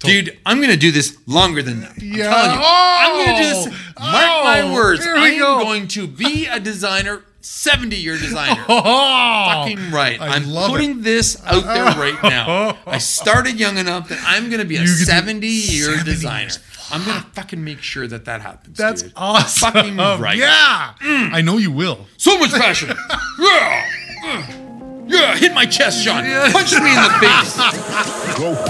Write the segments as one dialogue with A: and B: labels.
A: Dude, I'm gonna do this longer than that. I'm
B: Yeah.
A: telling you. I'm gonna do this.
B: Oh.
A: Mark my
B: Oh,
A: words.
B: here we
A: I am
B: go.
A: going to be a designer, 70 year designer.
B: Oh,
A: Fucking right.
B: I
A: am
B: love
A: putting this out there right now. I started young enough that I'm gonna be a
B: You get to-
A: 70 year
B: 70
A: designer.
B: years.
A: I'm gonna fucking make sure that that happens.
B: That's
A: dude.
B: awesome.
A: Fucking right. Mm.
B: Yeah. I know you will.
A: So much passion. yeah. Ugh. Yeah, hit my chest, Sean.
B: Yeah.
A: Punch me in the face.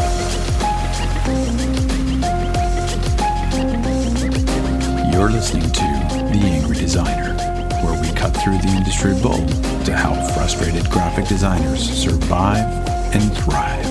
C: You're listening to The Angry Designer, where we cut through the industry bull to help frustrated graphic designers survive and thrive.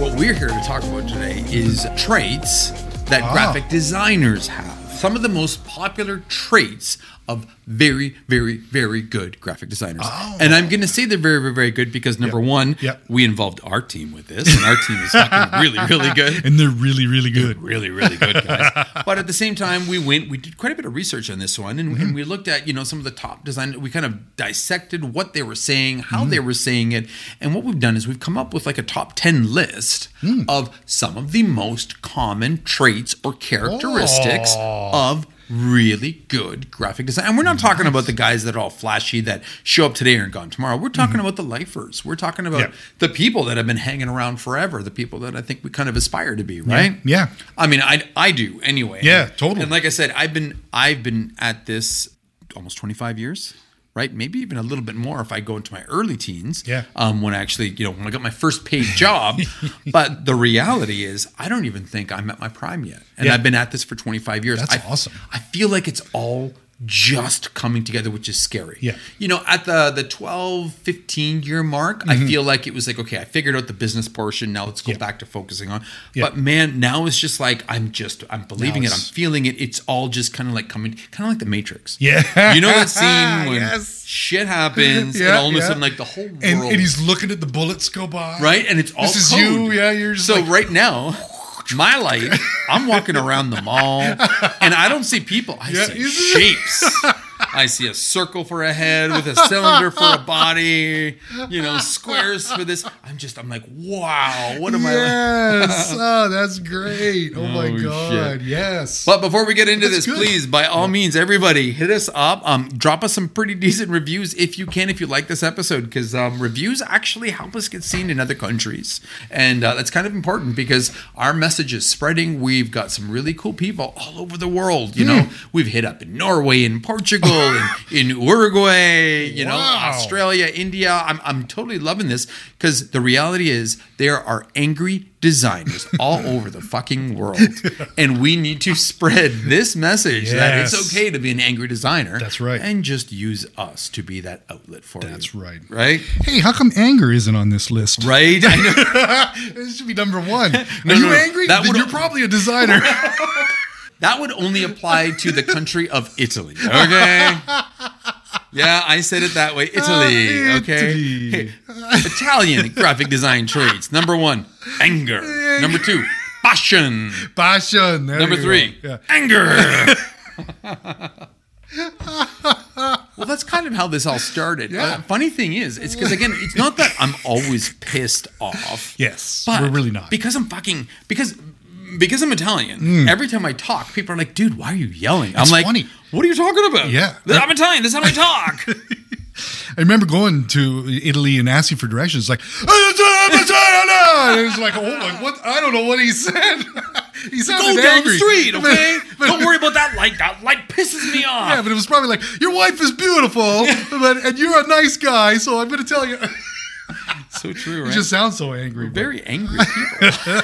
A: What we're here to talk about today is traits that
B: Ah.
A: graphic designers have. Some of the most popular traits of very, very, very good graphic designers. And I'm going to say they're very, very, very good because number one,
B: Oh. Yep.
A: we involved our team with this, and our team is fucking really, really good.
B: And they're really, really good.
A: Really, really good guys. but at the same time, we went, we did quite a bit of research on this one, and, and we looked at, you know, some of the top design. We kind of dissected what they were saying, how they were saying it. And what we've done is we've come up with like a top 10 list of some of the most common traits or characteristics of really good graphic design. And we're not talking about the guys that are all flashy that show up today and are gone tomorrow. We're talking about the lifers. We're talking about
B: Yeah.
A: the people that have been hanging around forever, the people that I think we kind of aspire to be, right?
B: Yeah.
A: I mean, I I do anyway.
B: Yeah, totally.
A: And like I said, I've been I've been at this almost 25 years, right? Maybe even a little bit more if I go into my early teens.
B: Yeah.
A: Um, when I actually, you know, when I got my first paid job. but the reality is, I don't even think I'm at my prime yet, and
B: Yeah.
A: I've been at this for 25 years.
B: That's
A: I-
B: awesome.
A: I feel like it's all just coming together which is scary
B: Yeah.
A: you know at the the 12 15 year mark i feel like it was like okay i figured out the business portion now let's go
B: Mm-hmm. Yeah.
A: back to focusing on
B: Yeah.
A: but man now it's just like i'm just i'm believing it i'm
B: it's-
A: feeling it it's all just kind of like coming kind of like the matrix
B: Yeah.
A: you know that scene when
B: Yes.
A: shit happens and
B: Yeah,
A: all of a
B: yeah.
A: sudden like the whole world
B: And, and he's looking at the bullets go by.
A: right? And it's all
B: This is
A: code.
B: you, yeah, you're just
A: so
B: like-
A: right now. My life, I'm walking around the mall, and I don't see people. I
B: Yeah,
A: see
B: you-
A: shapes. I see a circle for a head with a cylinder for a body. You know, squares for this. I'm just, I'm like, wow, what am I? Like?
B: Yes. oh, that's great. Oh, my
A: Oh, shit.
B: god. Yes.
A: But before we get into
B: That's
A: this,
B: good.
A: please, by all means, everybody hit us up. Um, drop us some pretty decent reviews if you can, if you like this episode, because um, reviews actually help us get seen in other countries, and uh, that's kind of important because our message is spreading. We've got some really cool people all over the world. You
B: Hmm.
A: know, we've hit up in Norway, in Portugal, in, in Uruguay, you know,
B: Wow.
A: Australia, India. I'm I'm totally loving this because the reality is there are angry designers all over the fucking world. And we need to spread this message that
B: Yes.
A: it's okay to be an angry designer.
B: That's right.
A: And just use us to be that outlet for
B: That's
A: you.
B: right.
A: Right?
B: hey, how come anger isn't on this list?
A: Right? I know.
B: This should be number one. Are
A: No,
B: you
A: no, no.
B: angry?
A: That
B: Then
A: would-
B: you're probably a designer.
A: That would only apply to the country of Italy. Okay. Yeah, I said it that way. Italy.
B: Ah,
A: okay.
B: Italy.
A: Hey, Italian graphic design traits. Number one, anger. Number two, passion.
B: Passion. There
A: Number
B: you go.
A: three,
B: Yeah.
A: anger. well, that's kind of how this all started.
B: Yeah.
A: Uh, funny thing is, it's because again, it's not that I'm always pissed off.
B: Yes.
A: But
B: we're really not.
A: because I'm fucking because because I'm Italian. Every time I talk, people are like, "Dude, why are you yelling?" I'm
B: It's
A: like,
B: funny.
A: "What are you talking about?"
B: Yeah.
A: I'm Italian. This is how I talk.
B: I remember going to Italy and asking for directions. Like, "Oh, and it was like, oh, like what? I don't know what he said. he
A: Go
B: sounded
A: down
B: angry.
A: the street, okay?
B: But-
A: Don't worry about that light. That light pisses me off.
B: Yeah, but it was probably like your wife is beautiful, but and you're a nice guy, so I'm gonna tell you. It
A: so true, right?
B: just sounds so angry, but,
A: very angry people.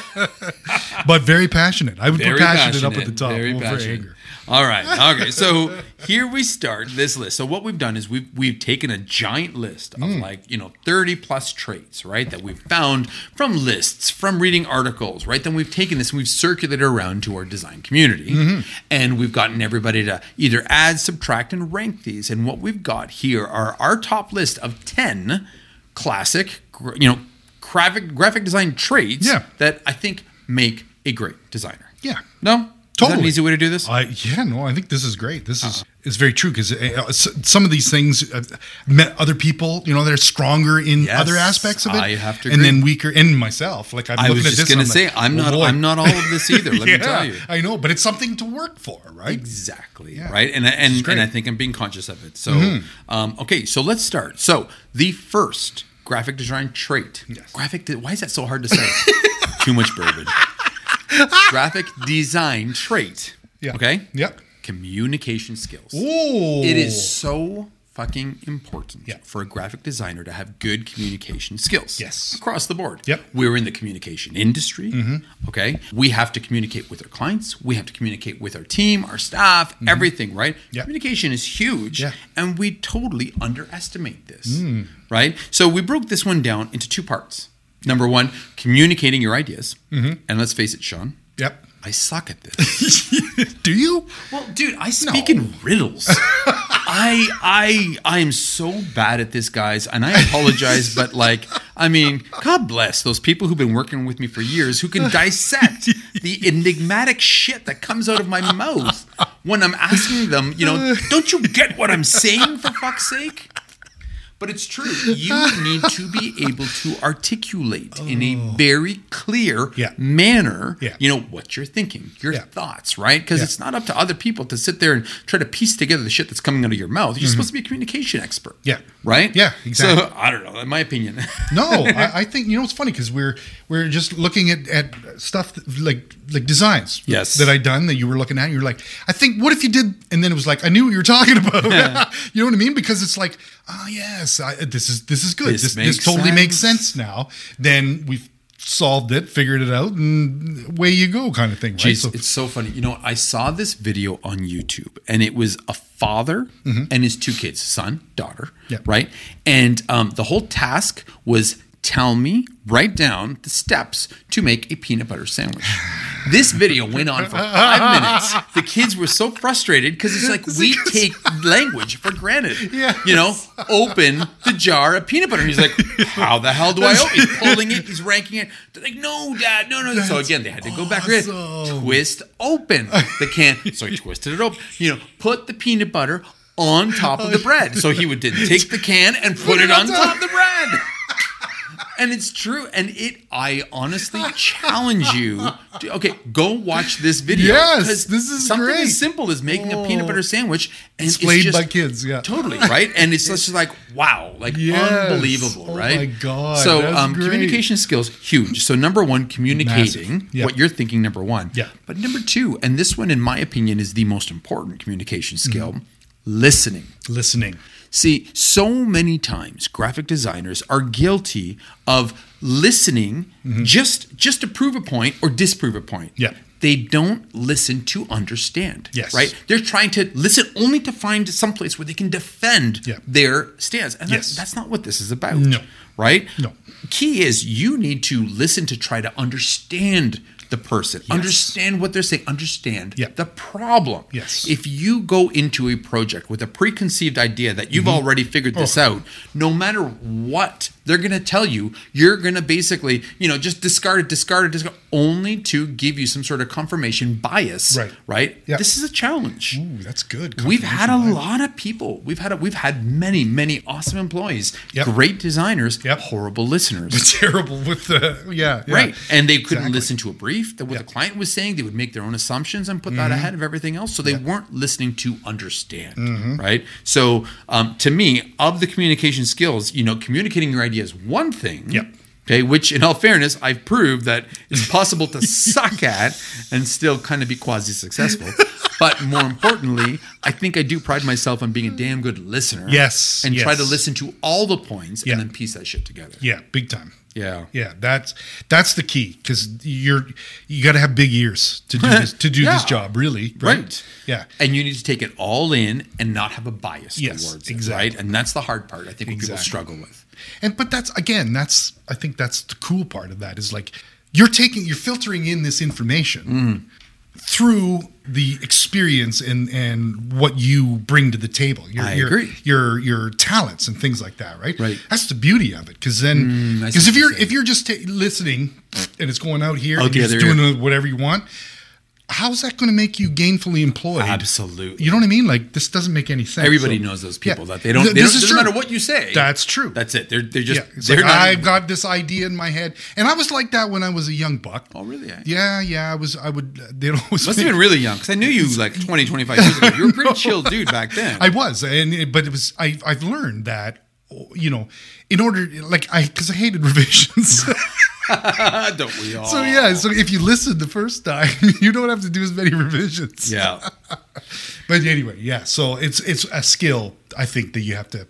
B: but very passionate. I would
A: Very
B: put passionate, up at the
A: passionate,
B: top
A: Very
B: over
A: passionate.
B: anger.
A: All right. Okay. So here we start this list. So what we've done is we've we've taken a giant list of
B: Mm.
A: like, you know, 30 plus traits, right? That we've found from lists, from reading articles, right? Then we've taken this and we've circulated around to our design community.
B: Mm-hmm.
A: And we've gotten everybody to either add, subtract, and rank these. And what we've got here are our top list of 10 classic, gr- you know, graphic graphic design traits
B: Yeah.
A: that I think make a great designer.
B: Yeah.
A: No? Is that an
B: Totally.
A: easy way to do this?
B: I yeah no, I think this is great. This is it's very true because some of these things I've met other people, you know, they're stronger in
A: Yes,
B: other aspects of it.
A: I have to
B: and
A: agree.
B: then weaker in myself. Like I'm
A: I
B: looking
A: was
B: at
A: just
B: this
A: gonna
B: and
A: say
B: like,
A: I'm
B: oh,
A: not
B: boy.
A: I'm not all of this either. Let
B: yeah,
A: me tell you.
B: I know, but it's something to work for, right?
A: Exactly.
B: Yeah.
A: Right. And and,
B: great. Mm-hmm.
A: and I think I'm being conscious of it. So um, okay, so let's start. So the first graphic design trait.
B: Yes.
A: Graphic de- why is that so hard to say? Too much bourbon. graphic design trait.
B: Yeah.
A: Okay?
B: Yep.
A: Communication skills.
B: Oh,
A: It is so fucking important
B: Yeah.
A: for a graphic designer to have good communication skills.
B: Yes.
A: Across the board.
B: Yep. Mm-hmm.
A: We're in the communication industry. Okay. We have to communicate with our clients. We have to communicate with our team, our staff, everything, right?
B: Yep.
A: Communication is huge.
B: Mm-hmm. Yeah. Mm.
A: And we totally underestimate this. Right? So we broke this one down into two parts. Number one, communicating your ideas.
B: Mm-hmm.
A: And let's face it, Sean,
B: Yep.
A: I suck at this.
B: Do you?
A: Well, dude, I speak in riddles. I I I am so bad at this, guys, and I apologize, but like, I mean, God bless those people who've been working with me for years who can dissect the enigmatic shit that comes out of my mouth when I'm asking them, you know, don't you get what I'm saying for fuck's sake? But it's true. You need to be able to articulate in a very clear
B: Oh. Yeah.
A: manner,
B: Yeah.
A: you know, what you're thinking, your
B: Yeah.
A: thoughts, right? Because
B: Yeah.
A: it's not up to other people to sit there and try to piece together the shit that's coming out of your mouth. You're supposed to be a communication expert.
B: Mm-hmm. Yeah.
A: Right?
B: Yeah, exactly.
A: So I don't know. In my opinion.
B: No, I, I think you know it's funny because we're we're just looking at, at stuff that, like like designs
A: Yes.
B: that I done that you were looking at. And you're like, I think what if you did? And then it was like, I knew what you were talking about. you know what I mean? Because it's like, ah, yes, I, this is this is good.
A: This
B: This, this,
A: makes
B: totally makes
A: sense.
B: sense now. Then we've solved it, figured it out, and away you go, kind of thing. Right?
A: Jeez, it's so funny. You know, I saw this video on YouTube, and it was a father and his two kids, son, daughter,
B: Mm-hmm. Yeah.
A: right? And um, the whole task was tell me, write down the steps to make a peanut butter sandwich. this video went on for five minutes. The kids were so frustrated because it's like we take language for granted.
B: Yes.
A: You know, open the jar of peanut butter. And he's like, how the hell do I open? He's pulling it, he's ranking it. They're like, no, dad, no, no. so again, they had to go back in
B: awesome.
A: twist open the can. So he twisted it open. You know, put the peanut butter on top
B: Oh.
A: of the bread. So he would did take the can and put it on top of the bread. And it's true. And it, I honestly challenge you. To, okay, go watch this video.
B: Yes,
A: 'cause
B: this is
A: something
B: great. Oh.
A: as simple as making a peanut butter sandwich and it's
B: Displayed
A: just-
B: by kids, yeah.
A: totally right. And it's just like wow, like
B: Yes.
A: unbelievable,
B: Oh
A: right?
B: my God,
A: So
B: that's
A: um,
B: great.
A: communication skills huge. So number one, communicating
B: Massive. Yeah.
A: what you're thinking. Number one,
B: Yeah.
A: but number two, and this one, in my opinion, is the most important communication skill listening.
B: listening.
A: See, so many times graphic designers are guilty of listening just just to prove a point or disprove a point.
B: Mm-hmm. Yeah.
A: They don't listen to understand.
B: Yes.
A: Right? They're trying to listen only to find someplace where they can defend
B: Yeah.
A: their stance. And that's,
B: Yes.
A: that's not what this is about.
B: No.
A: Right?
B: No.
A: Key is you need to listen to try to understand the person, understand what they're saying, understand
B: Yeah.
A: the problem.
B: Yes.
A: If you go into a project with a preconceived idea that you've
B: Mm-hmm.
A: already figured
B: Oh.
A: this out, no matter what they're going to tell you, you're going to basically, you know, just discard it, discard it, discard only to give you some sort of confirmation bias.
B: Right.
A: Right.
B: Yeah.
A: This is a challenge.
B: Ooh, that's good.
A: We've had a
B: Confirmation bias.
A: lot of people. We've had a, we've had many many awesome employees,
B: Yep.
A: great designers,
B: Yep.
A: horrible listeners.
B: Terrible with the yeah, yeah.
A: Right. And they couldn't
B: Exactly.
A: listen to a brief that what the client was saying. They would make their own assumptions and put that
B: Mm-hmm.
A: ahead of everything else. So they weren't listening to understand.
B: Mm-hmm.
A: Right. So um, to me, of the communication skills, you know, communicating your idea is one thing.
B: Yep.
A: Okay, which in all fairness, I've proved that it's possible to suck at and still kind of be quasi successful. But more importantly, I think I do pride myself on being a damn good listener.
B: Yes,
A: And try
B: yes.
A: to listen to all the points
B: Yeah.
A: and then piece that shit together.
B: Yeah, big time.
A: Yeah.
B: Yeah, that's that's the key because you're you got to have big ears to do this to do this
A: Yeah.
B: job. Really,
A: Right.
B: Yeah,
A: And you need to take it all in and not have a bias
B: Yes,
A: towards it,
B: exactly.
A: right? And that's the hard part I think what people
B: Exactly.
A: struggle with.
B: and but that's again that's I think that's the cool part of that is like you're taking you're filtering in this information
A: Mm.
B: through the experience and and what you bring to the table. Your,
A: I
B: your,
A: agree.
B: Your your talents and things like that. Right.
A: Right. Mm,
B: That's the beauty of it because then
A: I see
B: because
A: what
B: if
A: you're
B: you're
A: saying.
B: if you're just ta- listening and it's going out here
A: Out
B: and
A: the
B: you're just
A: other
B: doing whatever you want. how's that going to make you gainfully employed?
A: Absolutely.
B: You know what I mean? Like this doesn't make any sense.
A: Everybody
B: So-
A: knows those people
B: Yeah.
A: that they don't.
B: Th-
A: They
B: this
A: don't
B: is
A: doesn't
B: true.
A: matter what you say.
B: That's true.
A: That's it. They're they're just
B: yeah, it's
A: they're
B: like,
A: not.
B: I've got this idea in my head, and I was like that when I was a young buck.
A: oh really? Eh?
B: Yeah, yeah, I was. I would. They'd always.
A: Must have been really young because I knew you like 20, 25 years ago. You were a pretty chill dude back then.
B: I was, and it- but it was. I I've learned that you know, in order like I because I hated revisions.
A: Ah, don't we all?
B: so yeah, so if you listen the first time, you don't have to do as many revisions.
A: Yeah.
B: But anyway, yeah. So it's it's a skill I think that you have to.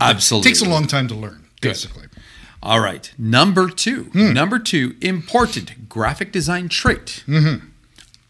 A: Absolutely.
B: takes a long time to learn.
A: Good.
B: Basically,
A: All right. Number two.
B: Hmm.
A: Number two, important graphic design trait.
B: Mm-hmm.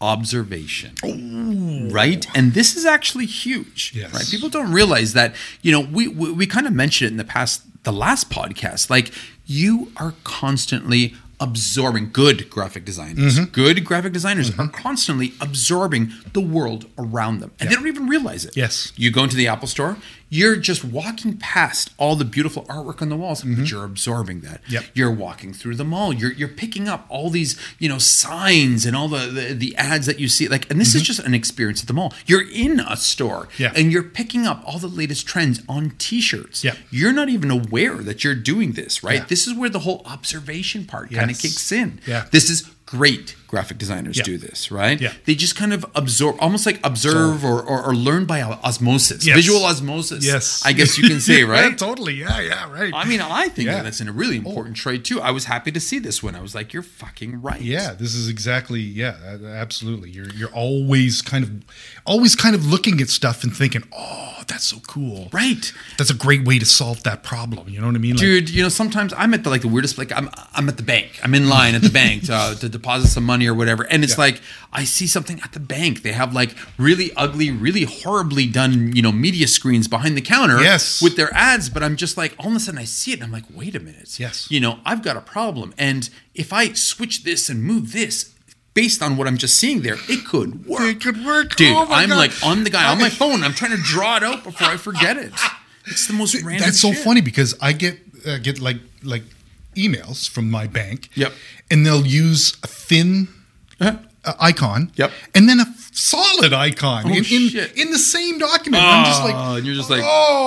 A: Observation. Right? And this is actually huge.
B: Oh. Yes.
A: Right? People don't realize that, you know, we, we, we kind of mentioned it in the past, the last podcast. Like, you are constantly absorbing good graphic designers.
B: Mm-hmm.
A: Good graphic designers are constantly absorbing the world around them. And they don't even realize it.
B: Yes.
A: You go into the Apple store, you're just walking past all the beautiful artwork on the walls, but you're absorbing that.
B: Mm-hmm. Yep.
A: You're walking through the mall, you're, you're picking up all these, you know, signs and all the, the, the ads that you see. Like, and this is just an experience at the mall. You're in a store
B: Mm-hmm. Yeah.
A: and you're picking up all the latest trends on t-shirts.
B: Yep.
A: You're not even aware that you're doing this, right?
B: Yeah.
A: This is where the whole observation part kind of
B: Yes.
A: kicks in.
B: Yeah.
A: This is great graphic designers
B: Yeah.
A: do this, right?
B: Yeah.
A: They just kind of absorb, almost like observe or, or, or learn by osmosis,
B: Yes.
A: visual osmosis.
B: yes,
A: I guess you can say,
B: Yeah,
A: right?
B: totally. Yeah, yeah, right.
A: I mean, I think
B: Yeah. Oh.
A: that that's a really important trait too. I was happy to see this one. I was like, you're fucking right.
B: Yeah, this is exactly yeah, a- absolutely. You're you're always kind of always kind of looking at stuff and thinking, "Oh, that's so cool."
A: Right.
B: That's a great way to solve that problem, you know what I mean? Like,
A: Dude, you know, sometimes I'm at the like the weirdest like I'm I'm at the bank. I'm in line at the bank to, uh, to deposit some money or whatever, and it's
B: Yeah.
A: like I see something at the bank. They have like really ugly, really horribly done, you know, media screens behind the counter
B: Yes.
A: with their ads, but I'm just like all of a sudden I see it and I'm like, "Wait a minute."
B: Yes.
A: You know, I've got a problem and if I switch this and move this based on what I'm just seeing there, it could work.
B: It could work.
A: Dude,
B: Oh my
A: I'm
B: God.
A: like on the guy on my
B: I-
A: phone. I'm trying to draw it out before I forget it. It's the most random
B: that's so
A: shit.
B: funny because I get uh, get like like emails from my bank.
A: Yep.
B: And they'll use a thin
A: Uh-huh.
B: uh, icon.
A: Yep. Oh,
B: And then a f- solid icon in, in,
A: shit.
B: in the same document. I'm just like,
A: Oh, and you're just like,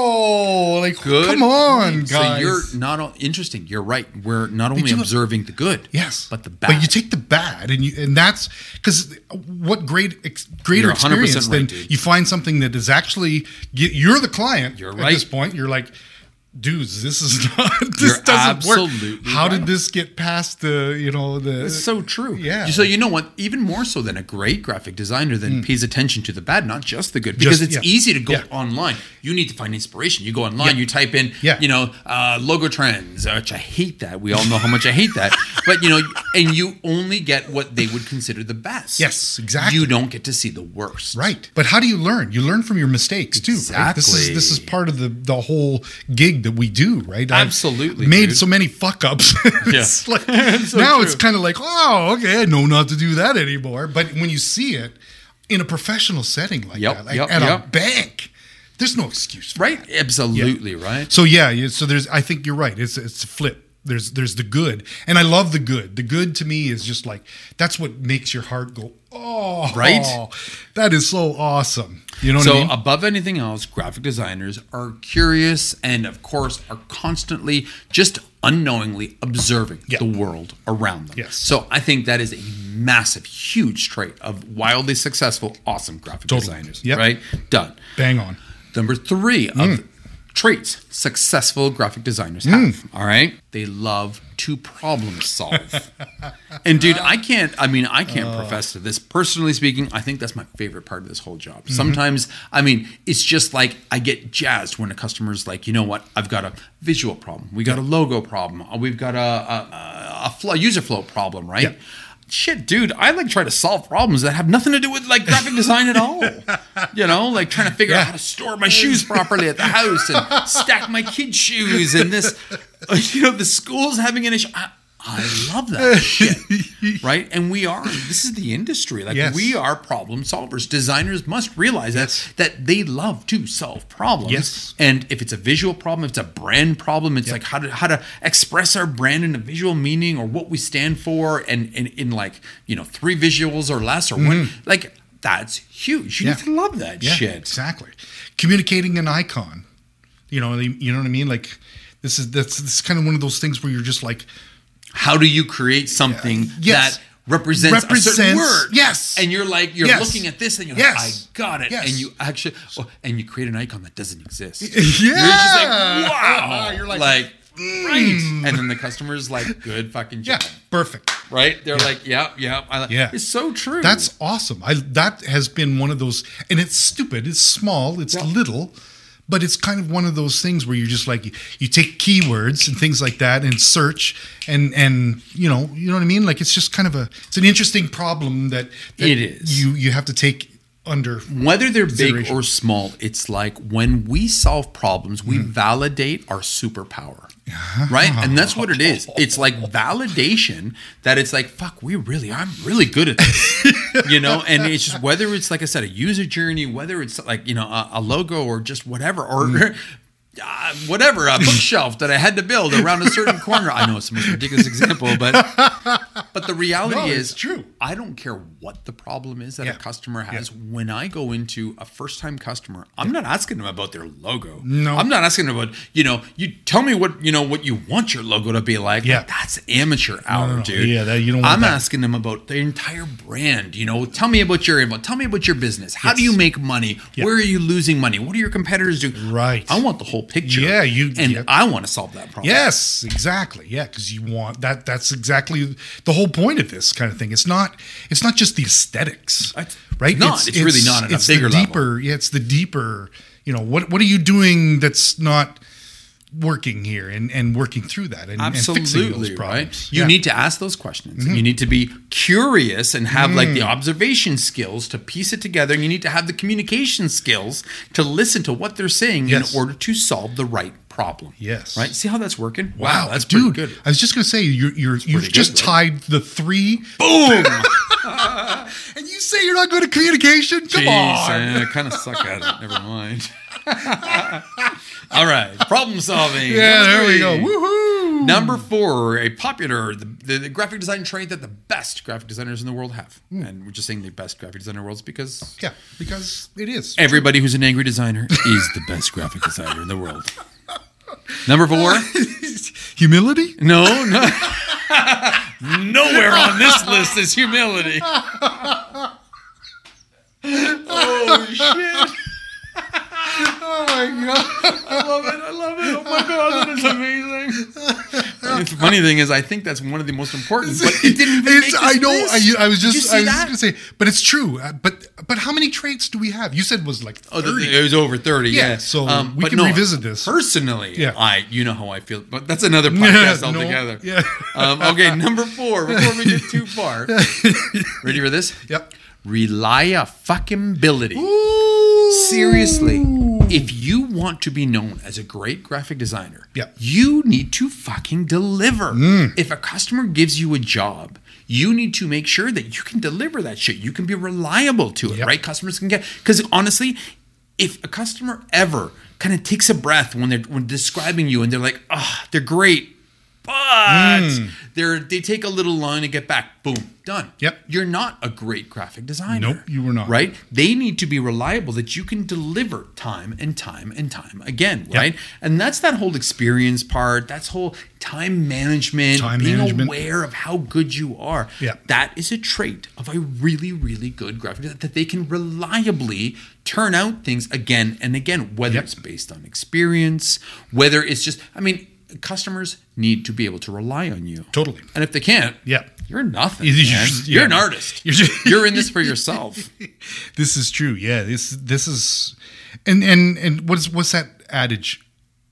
B: oh, like,
A: Good.
B: come on,
A: point. So
B: guys.
A: you're not o- interesting. You're right. We're not only
B: do it-
A: observing the good,
B: Yes,
A: but the bad.
B: But you take the bad, and you and that's because what great ex, greater
A: You're 100%
B: experience than
A: right, dude.
B: you find something that is actually you- you're the client.
A: You're
B: at this
A: right.
B: point. You're like, dudes, this is not this
A: You're
B: doesn't work.
A: absolutely
B: How
A: right.
B: did this get past the you know the?
A: It's so true.
B: Yeah. Hmm.
A: So you know what? Even more so than a great graphic designer then pays attention to the bad, not just the good, because
B: Just-
A: it's
B: yeah.
A: easy to go
B: Yeah.
A: online. You need to find inspiration. You go online, you type in,
B: Yeah.
A: you know, uh, logo trends, which I hate that. We all know how much I hate that. But you know, and you only get what they would consider the best.
B: Yes, exactly.
A: You don't get to see the worst.
B: Right, but how do you learn? You learn from your mistakes too. right? This is this is
A: Exactly.
B: part of the the whole gig that we do, right? I've
A: Absolutely,
B: made
A: dude.
B: so many fuck ups. It's
A: Yeah.
B: like-
A: So
B: now
A: true.
B: it's kind of like, oh, okay, I know not to do that anymore. But when you see it in a professional setting like
A: Yep,
B: that, like
A: yep,
B: at a
A: yep.
B: bank, there's no excuse, for
A: Right?
B: that.
A: Absolutely, right?
B: So yeah, you- so there's. I think you're right. It's it's a flip. There's there's the good, and I love the good. The good to me is just like that's what makes your heart go, oh,
A: Right?
B: That is so awesome. You know what
A: so uh,
B: I mean?
A: above anything else graphic designers are curious and of course are constantly just unknowingly observing
B: Yeah.
A: the world around them
B: Yes.
A: so i think that is a massive huge trait of wildly successful awesome graphic
B: Totally.
A: designers
B: Yep.
A: right done
B: Bang on.
A: number three of
B: Hmm.
A: traits successful graphic designers have
B: Hmm.
A: all right they love to problem solve and dude i can't i mean i can't
B: Uh.
A: profess to this personally speaking i think that's my favorite part of this whole job
B: Mm-hmm.
A: sometimes i mean it's just like i get jazzed when a customer's like you know what i've got a visual problem we got a logo problem uh, we've got a a, a, a flow, user flow problem right
B: Yeah.
A: Shit, dude, I like try to solve problems that have nothing to do with like graphic design at all. You know, like trying to figure
B: Yeah.
A: out how to store my shoes properly at the house and stack my kids' shoes and this, you know, the school's having an issue. I, I love that shit. Right? And we are, this is the industry. Like
B: Yes.
A: we are problem solvers. Designers must realize
B: Yes.
A: that that they love to solve problems.
B: Yes.
A: And if it's a visual problem, if it's a brand problem, it's like how to how to express our brand in a visual meaning or what we stand for and, and in like, you know, three visuals or less or one like that's huge. You
B: Mm-hmm. Yeah.
A: need to love that
B: Yeah,
A: shit.
B: Exactly. Communicating an icon. You know, they- you know what I mean? Like this is that's this is kind of one of those things where you're just like
A: how do you create something
B: Yes.
A: that represents, a certain
B: Represents-
A: word?
B: yes.
A: And you're like, you're
B: Yes.
A: looking at this and you're
B: Yes.
A: like, I got it.
B: Yes.
A: And you actually, oh, and you create an icon that doesn't exist. Yeah.
B: Yeah.
A: You're just like, wow.
B: You're
A: You're
B: like, hmm.
A: like, right. And then the customer's like, good fucking
B: yeah,
A: job.
B: perfect.
A: Right? They're like, yeah, yeah. I like,
B: Yeah.
A: It's so true.
B: That's awesome. I that has been one of those and it's stupid, it's small, it's
A: Yeah.
B: little, but it's kind of one of those things where you're just like you take keywords and things like that and search and and you know, you know what I mean? Like it's just kind of a it's an interesting problem that, that
A: It is.
B: you you have to take under
A: whether they're big
B: Consideration.
A: or small, it's like when we solve problems, we
B: Hmm.
A: validate our superpower. Right? And that's what it is. It's like validation that it's like, fuck, we really, I'm really good at this. you know? And it's just whether it's, like I said, a user journey, whether it's like, you know, a, a logo or just whatever, or.
B: Hmm.
A: Uh, whatever a bookshelf that I had to build around a certain corner. I know it's the most ridiculous example, but but the reality
B: No, it's
A: is
B: true.
A: I don't care what the problem is that a
B: Yeah.
A: customer has. When I go into a first time customer, I'm not asking them about their logo.
B: No.
A: I'm not asking them about, you know, you tell me what, you know, what you want your logo to be like.
B: Yeah.
A: That's amateur hour,
B: no, no.
A: dude.
B: Yeah, that- you don't want
A: I'm
B: that.
A: asking them about their entire brand. You know, tell me about your info. Tell me about your business. How do
B: Yes.
A: you make money? Where are you losing money? What are your competitors doing?
B: Right.
A: I want the whole picture.
B: Yeah, you-
A: and
B: yep.
A: I want to solve that problem.
B: Yes, exactly. Yeah, because you want that. That's exactly the whole point of this kind of thing. It's not. It's not just the aesthetics,
A: It's
B: right?
A: not. It's really not at a bigger
B: the
A: level.
B: deeper. Yeah, it's the deeper. You know what? What are you doing that's not working here and and working through that and,
A: absolutely
B: and fixing those problems?
A: right you
B: Yeah. Mm-hmm.
A: need to ask those questions you need to be curious and have like the
B: Mm.
A: observation skills to piece it together and you need to have the communication skills to listen to what they're saying
B: Yes.
A: in order to solve the right problem
B: Yes.
A: right see how that's working
B: Wow,
A: that's pretty
B: dude.
A: good
B: I was just gonna say you're, you're you've
A: pretty
B: just
A: good,
B: tied the three,
A: boom
B: and you say you're not good at communication. Come on.
A: Jeez, I kind of suck at it never mind all right problem solving
B: Yeah,
A: Number
B: there we
A: three.
B: go. Woohoo!
A: Number four, a popular the, the, the graphic design trait that the best graphic designers in the world have, and we're just saying the best graphic designer in the world is because
B: Yeah, because it is.
A: everybody who's an angry designer is the best graphic designer in the world. Number four,
B: Humility?
A: no, no, nowhere on this list is humility. oh shit!
B: Oh my god.
A: I love it! I love it! Oh my god, that is amazing. And the funny thing is, I think that's one of the most important. But it didn't even
B: It's-
A: make
B: I
A: this
B: know.
A: list.
B: I, I was
A: Did you
B: just.
A: see
B: I was
A: that?
B: just gonna say, but it's true. Uh, but but how many traits do we have? You said was like
A: Oh,
B: thirty.
A: the- it was over thirty.
B: Yeah,
A: Yeah, Um,
B: so we can revisit this.
A: personally.
B: Yeah.
A: I you know how I feel, but that's another
B: Yeah,
A: podcast
B: no,
A: altogether.
B: yeah.
A: Um, okay, number four. Before we get too far, ready for this?
B: Yep.
A: Rely a fucking ability. Seriously, if you want to be known as a great graphic designer,
B: Yeah. Mm.
A: you need to fucking deliver. If a customer gives you a job, you need to make sure that you can deliver that shit. You can be reliable to it,
B: Yep.
A: right? Customers can get because honestly, if a customer ever kind of takes a breath when they're when describing you and they're like, "Ah, they're great." But
B: Mm.
A: they're they take a little line to get back. Boom, done.
B: Yep.
A: You're not a great graphic designer.
B: Nope, you were not.
A: Right? They need to be reliable that you can deliver time and time and time again, right? And that's that whole experience part, that's whole time management,
B: Time
A: being
B: management.
A: aware of how good you are.
B: Yeah.
A: That is a trait of a really, really good graphic designer that they can reliably turn out things again and again, whether
B: Yep.
A: it's based on experience, whether it's just, I mean, customers need to be able to rely on you.
B: Totally.
A: And if they can't,
B: Yeah.
A: you're nothing.
B: You're
A: man.
B: just-
A: You're an
B: yeah.
A: artist.
B: You're
A: You're,
B: just-
A: in this for yourself.
B: This is true. Yeah. This this is, and and and what's what's that adage?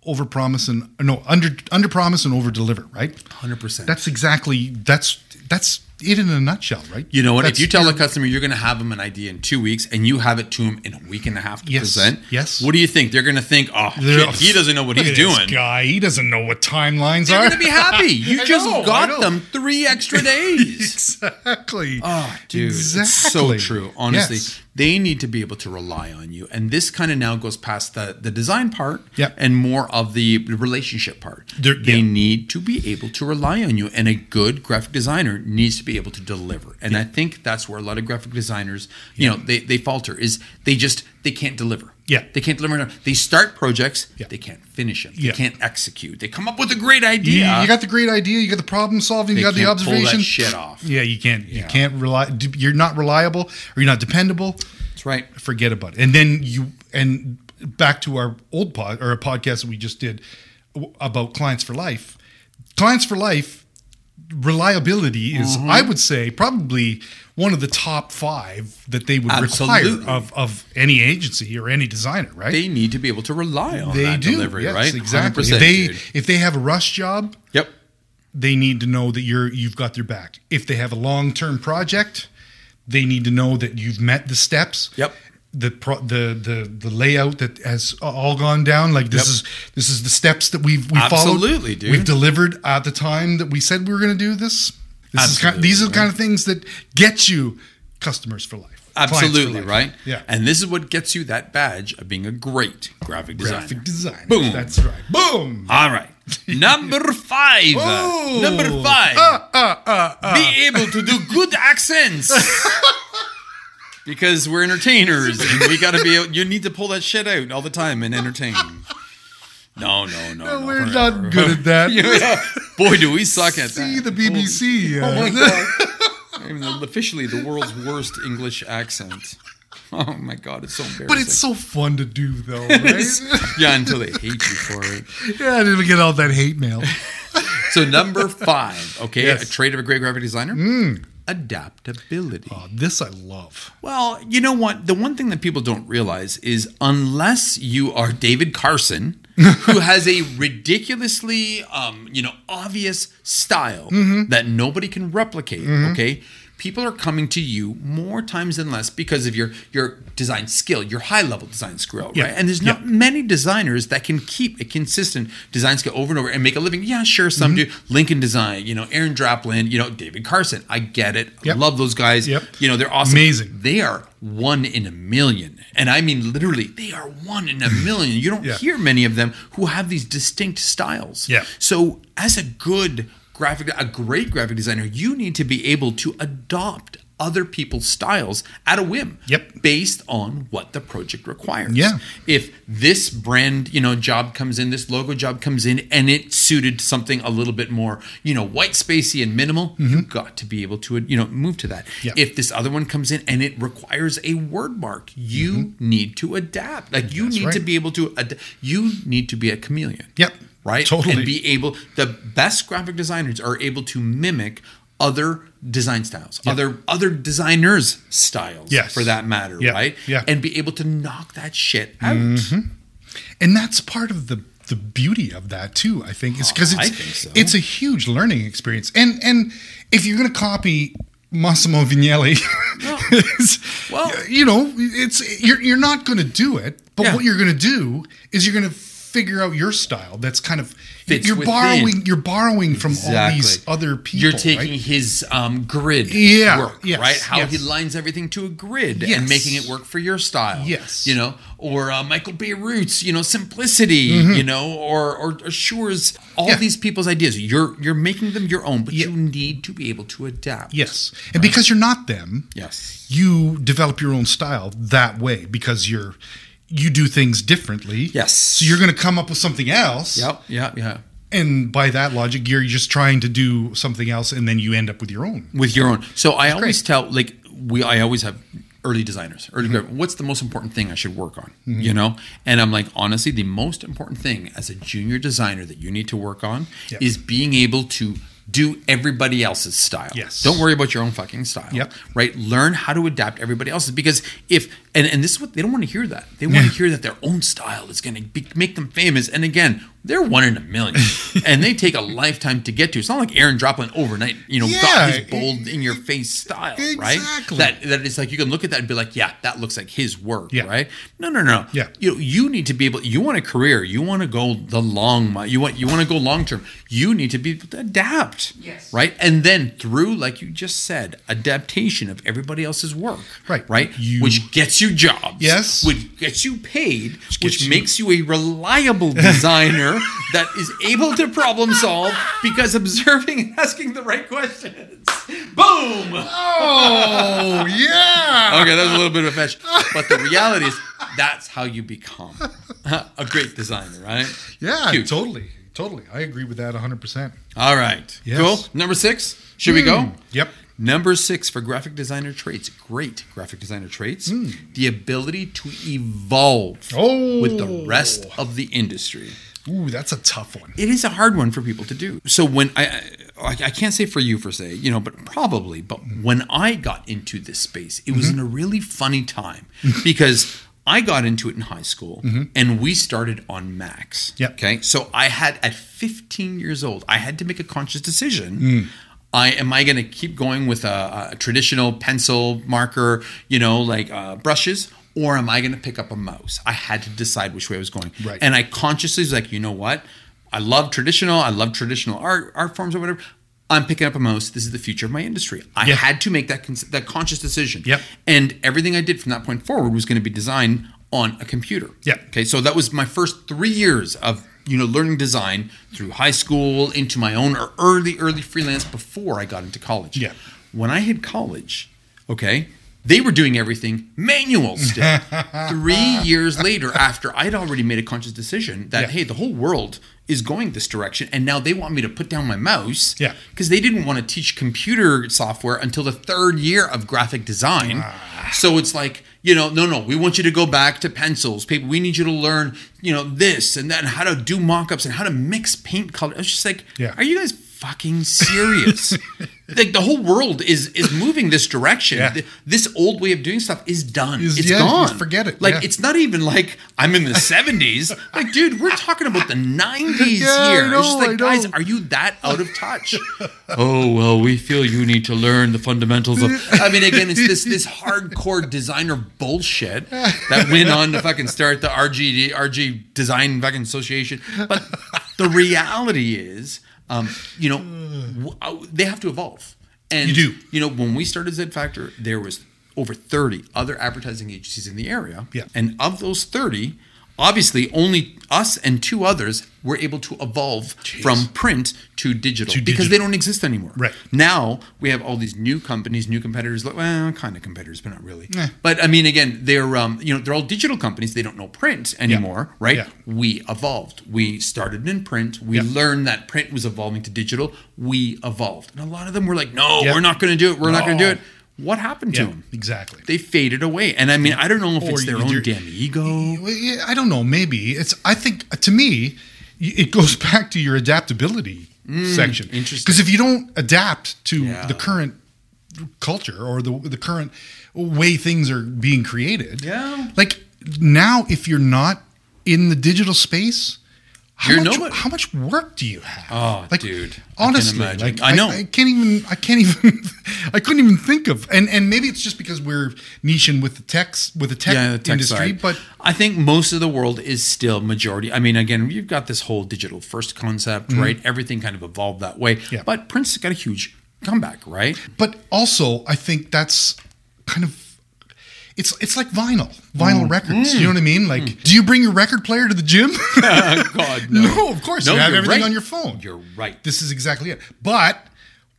B: Over promise and no under under promise and over deliver. Right.
A: 100%.
B: That's exactly. That's that's it in a nutshell, right?
A: You know what? if
B: That's
A: you tell
B: your-
A: a customer you're going to have them an idea in two weeks and you have it to them in a week and a half to
B: Yes,
A: present,
B: yes.
A: what do you think? They're going to think, oh,
B: They're-
A: shit, he doesn't know what
B: Look
A: he's
B: at this
A: doing.
B: guy, he doesn't know what timelines
A: They're
B: are.
A: going to be happy. You
B: I
A: just
B: know, I know.
A: got them three extra days.
B: exactly.
A: Oh, dude, it's so
B: Exactly.
A: true. Honestly,
B: Yes.
A: they need to be able to rely on you, and this kind of now goes past the the design part,
B: Yep.
A: and more of the relationship part.
B: They're-
A: they
B: yeah.
A: need to be able to rely on you, and a good graphic designer needs to be able to deliver. And I think that's where a lot of graphic designers, you know, they they falter is they just they can't deliver.
B: Yeah.
A: they can't deliver. They start projects,
B: Yeah.
A: they can't finish them. They
B: Yeah.
A: can't execute. They come up with a great
B: You,
A: idea.
B: you got the great idea. You got the problem solving.
A: they
B: You got the
A: can't
B: observation.
A: Pull that shit off.
B: Yeah, you can't. You can't rely. d- You're not reliable, or you're not dependable.
A: That's right.
B: Forget about it. And then you and back to our old pod or a podcast that we just did w- about clients for life. Clients for life reliability is,
A: Mm-hmm.
B: I would say, probably one of the top five that they would
A: Absolutely.
B: require of of any agency or any designer. Right?
A: they need to be able to rely on
B: They
A: that
B: do.
A: delivery,
B: yes,
A: right?
B: Exactly.
A: 100%,
B: If they
A: dude.
B: if they have a rush job,
A: Yep.
B: they need to know that you're you've got their back. If they have a long-term project, they need to know that you've met the steps.
A: Yep.
B: The pro, the the the layout that has all gone down. Like this
A: Yep.
B: is this is the steps that we've we
A: Absolutely,
B: followed.
A: dude.
B: We've delivered at the time that we said we were going to do this. this is kind,
A: Absolutely,
B: these are the
A: right.
B: kind of things that get you customers for life. clients for
A: Absolutely,
B: life.
A: right?
B: Yeah.
A: And this is what gets you that badge of being a great graphic designer.
B: graphic design.
A: Boom.
B: That's right. Boom.
A: All right. Number five.
B: Oh.
A: Number five.
B: uh,
A: Be able to do good accents. because we're entertainers and we got to be, you need to pull that shit out all the time and entertain. No, no, no. no,
B: We're not good at that.
A: Yeah. Boy, do we suck at
B: See
A: that. Oh
B: the BBC. uh,
A: I mean, officially the world's worst English accent. Oh my god, it's so embarrassing.
B: But it's so fun to do, though, right?
A: yeah, until they hate you for it.
B: yeah, I didn't get all that hate mail.
A: So number five, okay,
B: Yes. Hmm.
A: a trait of a great graphic designer, adaptability.
B: Oh, this I love.
A: Well, you know what? The one thing that people don't realize is unless you are David Carson, who has a ridiculously, um, you know, obvious style
B: Mm-hmm.
A: that nobody can replicate. Okay, people are coming to you more times than less because of your your design skill, your high level design skill,
B: Yeah.
A: right? And there's not
B: Yeah.
A: many designers that can keep a consistent design skill over and over and make a living. Yeah, sure, some
B: Mm-hmm.
A: do. Lincoln Design, you know, Aaron Draplin, you know, David Carson. I get it.
B: Yep.
A: I love those guys.
B: Yep.
A: You know, they're awesome.
B: Amazing.
A: They are one in a million. And I mean literally, they are one in a million. You don't
B: Yeah.
A: hear many of them who have these distinct styles.
B: Yeah.
A: So as a good graphic a great graphic designer, you need to be able to adopt other people's styles at a whim.
B: Yep.
A: Based on what the project requires.
B: Yeah.
A: If this brand, you know, job comes in, this logo job comes in, and it suited something a little bit more, you know, white spacey and minimal, you got to be able to, you know, move to that.
B: Mm-hmm. Yeah.
A: If this other one comes in and it requires a word mark, you need to adapt. Like you need to
B: Mm-hmm. right.
A: be able to, ad- you need to be a chameleon.
B: Yep.
A: Right.
B: Totally.
A: And be able. The best graphic designers are able to mimic other design styles, other other designers' styles,
B: Yes.
A: for that matter,
B: Yeah.
A: right?
B: Yeah.
A: And be able to knock that shit out.
B: And that's part of the the beauty of that too. I think is because
A: Oh, I
B: it's
A: think so.
B: it's a huge learning experience. And and if you're gonna copy Massimo Vignelli,
A: Well-
B: well, you know, it's you're you're not gonna do it. But
A: Yeah.
B: what you're gonna do is you're gonna figure out your style. That's kind of
A: Fits
B: you're
A: within.
B: borrowing. You're borrowing from all these other people.
A: You're taking
B: right?
A: his um, grid
B: Yeah,
A: work,
B: yes,
A: right? How
B: yes.
A: he lines everything to a grid and
B: Yes.
A: making it work for your style.
B: Yes.
A: You know, or uh, Michael Bay Root's, you know, simplicity, you know, or or, or Shure's, all
B: Mm-hmm. Yeah.
A: these people's ideas. You're you're making them your own, but you need to be able to adapt.
B: yes, and because you're not them,
A: Yes.
B: you develop your own style that way because you're you do things differently.
A: Yes.
B: So you're going to come up with something else.
A: Yep. Yeah. Yeah.
B: And by that logic, you're just trying to do something else, and then you end up with your own.
A: with your own. So I always tell like we I always have early designers early
B: Mm-hmm.
A: graphic- what's the most important thing I should work on you know and I'm like honestly the most important thing as a junior designer that you need to work on
B: Yep.
A: is being able to do everybody else's style
B: Yes.
A: don't worry about your own fucking style
B: Yep.
A: right learn how to adapt everybody else's because if and and this is what they don't want to hear that they want to hear that their own style is going to be, make them famous and again they're one in a million, and they take a lifetime to get to. It's not like Aaron Droplin overnight, you know, got
B: Yeah, e-,
A: his bold in your face style, right?
B: Exactly.
A: That that it's like you can look at that and be like, yeah, that looks like his work,
B: Yeah.
A: right? No, no, no.
B: Yeah.
A: You you need to be able. You want a career. You want to go the long. mi- You want you want to go long term. You need to be able to adapt,
D: Yes.
A: right? And then through, like you just said, adaptation of everybody else's work,
B: Right.
A: Right.
B: You-
A: which gets you jobs,
B: Yes.
A: Which gets you paid, which
B: you-
A: makes you a reliable designer that is able to problem solve because observing and asking the right questions. Boom.
B: Oh yeah.
A: Okay, that was a little bit of a fetch. But the reality is, that's how you become a great designer, right?
B: Yeah,
A: Huge.
B: totally. Totally. I agree with that 100%.
A: All right.
B: Yes. Hmm.
A: Cool. Number six. Should we go?
B: Yep.
A: Number six for graphic designer traits, great graphic designer traits,
B: Hmm.
A: the ability to evolve
B: Oh.
A: with the rest of the industry.
B: Ooh, that's a tough one.
A: it is a hard one for people to do. So when I, I, I can't say for you for say, you know, but probably, but when I got into this space, it
B: Mm-hmm.
A: was in a really funny time because I got into it in high school and we started on Macs.
B: Mm-hmm. Yep.
A: Okay. So I had at 15 years old, I had to make a conscious decision.
B: Mm.
A: I am I going to keep going with a, a traditional pencil marker, you know, like uh, brushes, or am I going to pick up a mouse? I had to decide which way I was going,
B: Right.
A: and I consciously was like, you know what? I love traditional. I love traditional art art forms or whatever. I'm picking up a mouse. This is the future of my industry. I
B: Yeah.
A: had to make that cons- that conscious decision.
B: Yep.
A: And everything I did from that point forward was going to be designed on a computer.
B: Yep.
A: Okay. So that was my first three years of you know learning design through high school into my own or early early freelance before I got into college.
B: Yeah.
A: When I hit college, okay, they were doing everything manual still. Three years later, after I'd already made a conscious decision that,
B: Yeah.
A: hey, the whole world is going this direction, and now they want me to put down my mouse
B: Yeah.
A: because they didn't want to teach computer software until the third year of graphic design.
B: Ah.
A: So it's like, you know, no, no, we want you to go back to pencils, paper. We need you to learn, you know, this and that, and how to do mock ups and how to mix paint color. I was just like,
B: Yeah.
A: are you guys fucking serious? like the whole world is is moving this direction.
B: Yeah.
A: Th- This old way of doing stuff is done.
B: Is-
A: it's
B: yeah,
A: gone.
B: forget it.
A: Like
B: Yeah.
A: it's not even like I'm in the 70s. Like, dude, we're talking about the 90s
B: Yeah, I
A: here. it's just
B: know,
A: like,
B: I
A: guys,
B: know.
A: are you that out of touch? oh well, we feel you need to learn the fundamentals of. I mean, again, it's this this hardcore designer bullshit that went on to fucking start the RGD RG Design fucking Association. But the reality is, um, you know, w- uh, they have to evolve. And
B: You do.
A: You know, when we started Z Factor, there was over thirty other advertising agencies in the area.
B: Yeah.
A: And of those 30, obviously only us and two others were able to evolve from print to digital
B: To
A: because
B: digital.
A: they don't exist anymore.
B: Right.
A: Now we have all these new companies, new competitors, like, well, kind of competitors, but not really. But I mean again, they're um, you know, they're all digital companies, they don't know print anymore, right?
B: Yeah.
A: We evolved. We started in print. We
B: Yeah.
A: learned that print was evolving to digital. We evolved. And a lot of them were like, "No,
B: Yeah.
A: we're not going to do it. We're not going to do
B: No.
A: it." What happened to
B: Yeah,
A: them?
B: exactly.
A: they faded away. And I mean, I don't know if
B: Or
A: it's their
B: you
A: own
B: do-
A: damn ego.
B: Well, yeah, I don't know. Maybe it's. I think uh, to me, y- it goes back to your adaptability section.
A: Mm, interesting.
B: Because if you don't adapt to
A: Yeah.
B: the current culture or the the current way things are being created,
A: Yeah.
B: Like now, if you're not in the digital space. How
A: You're
B: much,
A: nobody.
B: how much work do you have?
A: Oh,
B: like,
A: dude, I can
B: Honestly,
A: imagine.
B: like
A: I know.
B: I, can't even. I can't even. I couldn't even think of. And and maybe it's just because we're niching with the techs with the tech
A: Yeah, the tech
B: industry,
A: side.
B: but
A: I think most of the world is still majority. I mean, again, you've got this whole digital first concept, right? Everything kind of evolved that way.
B: Mm-hmm. Yeah.
A: But Prince got a huge comeback, right?
B: but also I think that's kind of it's it's like vinyl,
A: Mm.
B: vinyl records. You know what I mean? Like, do you bring your record player to the gym?
A: God,
B: no, of course you have
A: you're
B: everything
A: right.
B: on your phone.
A: You're right.
B: This is exactly it. But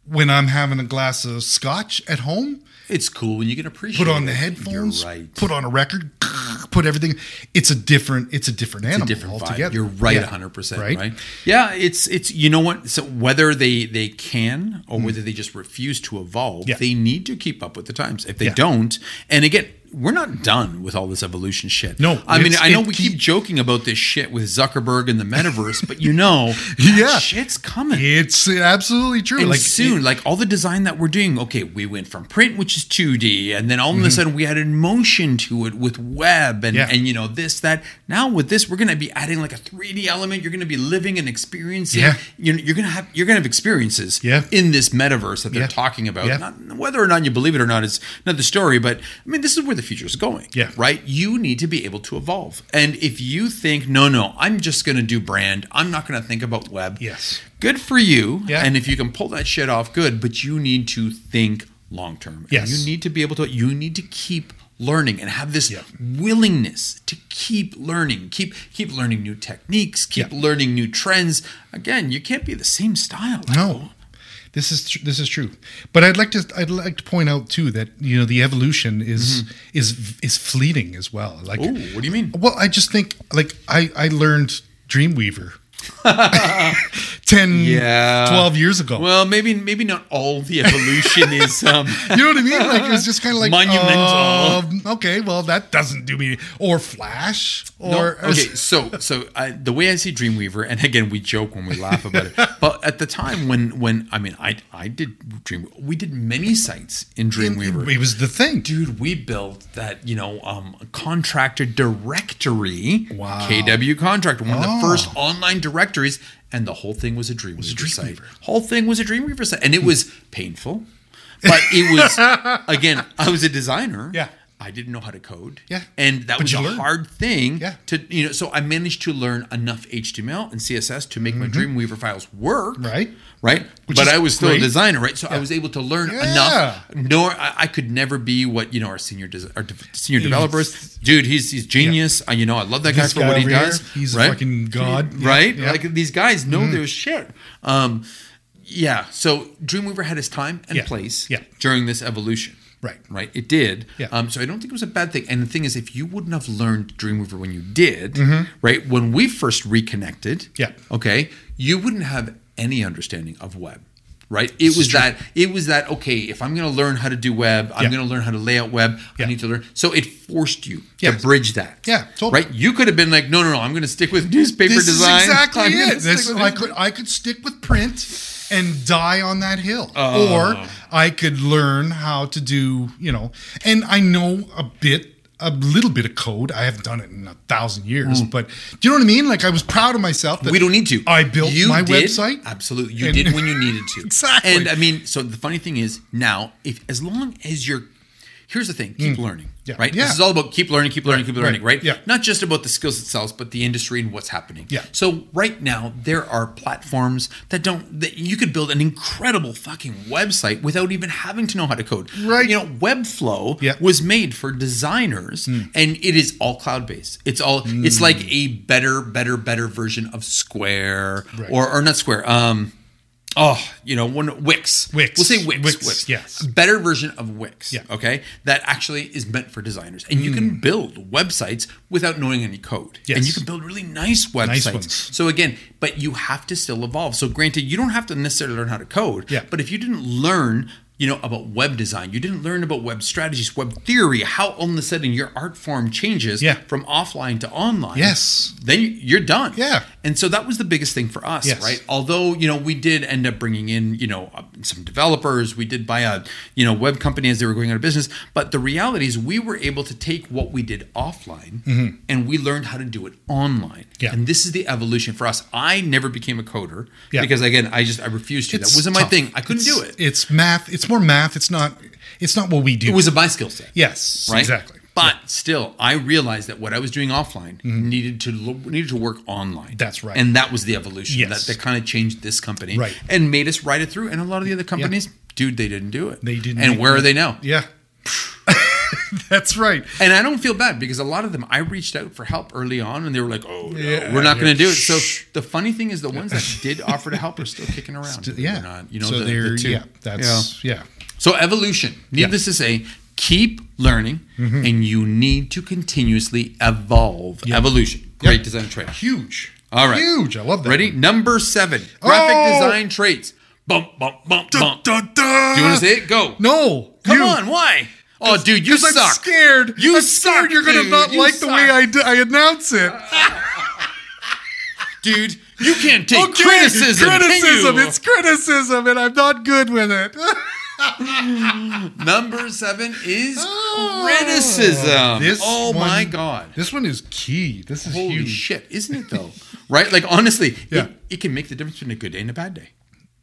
B: when I'm having a glass of scotch at home,
A: It's cool when you can appreciate.
B: put on the
A: it.
B: headphones,
A: You're right.
B: put on a record, put everything. It's a different. It's a different animal
A: different vibe.
B: altogether.
A: You're right,
B: Yeah.
A: hundred percent. Right? Yeah, it's it's you know what? So whether they they can or whether they just refuse to evolve,
B: Mm. Yeah.
A: they need to keep up with the times. If they
B: Yeah.
A: don't, and again. we're not done with all this evolution shit.
B: No,
A: I mean
B: it's-
A: I know
B: it
A: we keep
B: keep-
A: joking about this shit with Zuckerberg and the metaverse, but you know, that
B: Yeah.
A: shit's coming.
B: It's absolutely true.
A: And
B: like
A: soon, like all the design that we're doing, okay, we went from print, which is 2D, and then all of a sudden we added motion to it with web and,
B: Mm-hmm. Yeah.
A: and you know, this, that. Now with this, we're gonna be adding like a 3D element. You're gonna be living and experiencing
B: Yeah.
A: you're, you're gonna have you're gonna have experiences
B: Yeah.
A: in this metaverse that they're
B: Yeah.
A: talking about.
B: Yeah.
A: Not, whether or not you believe it or not is another story, but I mean this is where the future is going.
B: Yeah.
A: Right? You need to be able to evolve. And if you think, no, no, I'm just gonna do brand, I'm not gonna think about web.
B: Yes.
A: Good for you.
B: Yeah.
A: And if you can pull that shit off, good. But you need to think long term.
B: Yes.
A: You need to be able to. You need to keep learning and have this
B: Yeah.
A: willingness to keep learning. Keep keep learning new techniques. Keep
B: Yeah.
A: learning new trends. Again, you can't be the same style.
B: No, this is tr- this is true. But I'd like to I'd like to point out too that you know the evolution is is is fleeting as well. Like,
A: Mm-hmm. Ooh, what do you mean?
B: well, I just think like I I learned Dreamweaver. 10
A: Yeah.
B: 12 years ago
A: Well, maybe maybe not all the evolution is. Um,
B: you know what i mean like it was just kind of like
A: Monumental.
B: um, okay well that doesn't do me or flash
A: No,
B: or
A: okay, so so I, the way I see Dreamweaver, and again we joke when we laugh about it, but at the time when when I mean I I did Dream, we did many sites in Dreamweaver.
B: it was the thing
A: Dude, we built that, you know, um, contractor directory,
B: Wow.
A: KW Contract, one of
B: Oh.
A: the first online directories, and the whole thing was a Dreamweaver, site.
B: Dreamweaver.
A: Whole thing was a Dreamweaver site, and it was painful, but it was again. I was a designer.
B: Yeah.
A: I didn't know how to code.
B: Yeah.
A: and that
B: But
A: was
B: you
A: a
B: learn.
A: hard thing.
B: Yeah.
A: to you know, so I managed to learn enough HTML and CSS to make my Dreamweaver files work.
B: Mm-hmm. Right.
A: right.
B: Which
A: but
B: is
A: I was still
B: great.
A: a designer, right? So I was able to learn enough
B: Yeah.
A: nor I, I could never be what you know our senior des- our de- senior developers. Dude, he's he's genius. I, you know, I love that guy
B: This
A: for
B: guy
A: what he
B: over here,
A: does.
B: he's a
A: right?
B: fucking god. Yeah,
A: right?
B: yeah. Mm-hmm.
A: Like these guys know their shit. Um, yeah. So Dreamweaver had his time and
B: Yeah,
A: place
B: yeah.
A: during this evolution.
B: Right.
A: Right. It did.
B: Yeah.
A: Um, so I don't think it was a bad thing. And the thing is, if you wouldn't have learned Dreamweaver when you did, right, when we first reconnected,
B: Mm-hmm. Yeah.
A: okay, you wouldn't have any understanding of web. Right. It was that it was that okay, if I'm gonna learn how to do web, I'm
B: Yeah.
A: gonna learn how to lay out web,
B: Yeah.
A: I need to learn. So it forced you to
B: Yes.
A: bridge that.
B: Yeah, totally.
A: Right? You could have been like, no, no, no, I'm gonna stick with newspaper
B: this
A: design.
B: is exactly
A: I'm gonna
B: it. This,
A: stick with
B: I could I could stick with print and die on that hill,
A: Oh.
B: or I could learn how to do you know. And I know a bit, a little bit of code. I haven't done it in a thousand years, but do you know what I mean? Like I was proud of myself. That
A: Mm. we don't need to.
B: I built
A: You
B: my
A: did-
B: website.
A: Absolutely, you
B: And-
A: did when you needed to.
B: Exactly.
A: And I mean, so the funny thing is now, if as long as you're, here's the thing: keep learning.
B: Mm. Yeah.
A: Right.
B: Yeah.
A: This is all about keep learning, keep learning, keep learning.
B: right,
A: Right.
B: yeah.
A: Not just about the skills itself, but the industry and what's happening.
B: Yeah.
A: So right now there are platforms that don't that you could build an incredible fucking website without even having to know how to code.
B: Right.
A: You know, Webflow
B: Yeah.
A: was made for designers
B: Hmm.
A: and it is all cloud based. It's all it's like a better, better, better version of Square
B: Right.
A: or or not Square. Um oh, you know, one Wix.
B: Wix.
A: We'll say Wix.
B: Wix, yes.
A: A better version of Wix.
B: Yeah. Hmm.
A: Okay. That actually is meant for designers. And you can build websites without knowing any code. And
B: Yes.
A: you can build really nice websites.
B: ones.
A: So again, but you have to still evolve. So granted, you don't have to necessarily learn how to code.
B: Yeah.
A: But if you didn't learn, you know, about web design, you didn't learn about web strategies, web theory, how all of a sudden your art form changes
B: Yeah.
A: from offline to online.
B: Yes.
A: Then you're done.
B: Yeah.
A: And so that was the biggest thing for us,
B: Yes.
A: right? Although you know we did end up bringing in you know uh, some developers, we did buy a you know web company as they were going out of business. But the reality is, we were able to take what we did offline and we learned how to do it online.
B: Mm-hmm. Yeah.
A: And this is the evolution for us. I never became a coder
B: Yeah.
A: because again, I just I refused to.
B: It's
A: that wasn't my
B: tough.
A: thing. I couldn't
B: It's-
A: do it. it.
B: It's math. It's more math. It's not. It's not what we do.
A: was a my skill set.
B: yes,
A: Right?
B: exactly.
A: But still, I realized that what I was doing offline needed to lo- needed to work online.
B: Mm-hmm. That's right.
A: and that was the evolution
B: Yes.
A: that, that kind of changed this company,
B: Right.
A: and made us ride it through. And a lot of the other companies, dude, they didn't do it.
B: They didn't
A: And
B: make
A: where
B: that-
A: are they now?
B: yeah, that's right.
A: And I don't feel bad because a lot of them, I reached out for help early on, and they were like, "Oh, no,
B: Yeah,
A: we're not
B: yeah.
A: going to do it." So
B: Shh.
A: the funny thing is, the ones that did offer to help are still kicking around. believe it
B: Yeah,
A: or not. you know,
B: so
A: the,
B: they're
A: the two.
B: yeah. That's yeah.
A: So evolution. Needless to say, keep learning, and you need to continuously evolve. Evolution. Great
B: Mm-hmm. Yeah.
A: design trait.
B: huge.
A: All right.
B: huge. I love that.
A: Ready?
B: one.
A: Number seven. Graphic
B: Oh!
A: design traits. Bump, bump, bump, bump.
B: Dun, dun.
A: Do you want to say it? Go.
B: No.
A: Come
B: you.
A: on. Why? Oh, dude, you
B: Because
A: suck.
B: I'm scared.
A: You
B: I'm
A: suck,
B: scared you're gonna
A: dude.
B: not
A: You
B: like the way
A: suck.
B: I, d- I announce it.
A: dude. You can't take
B: Okay,
A: criticism. can
B: criticism.
A: you?
B: It's criticism, and I'm not good with it.
A: Number seven is
B: Oh,
A: criticism.
B: this
A: oh my
B: one-
A: god.
B: this one is key. This is
A: Holy
B: huge.
A: shit, isn't it though? right? Like honestly,
B: Yeah.
A: it, it can make the difference between a good day and a bad day.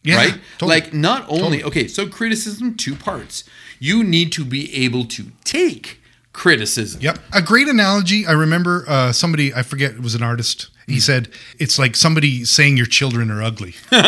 B: Yeah,
A: right?
B: totally.
A: Like not only okay, so criticism two parts. You need to be able to take criticism.
B: Yep. A great analogy. I remember uh, somebody, I forget, it was an artist.
A: Hmm.
B: He said, it's like somebody saying your children are ugly. you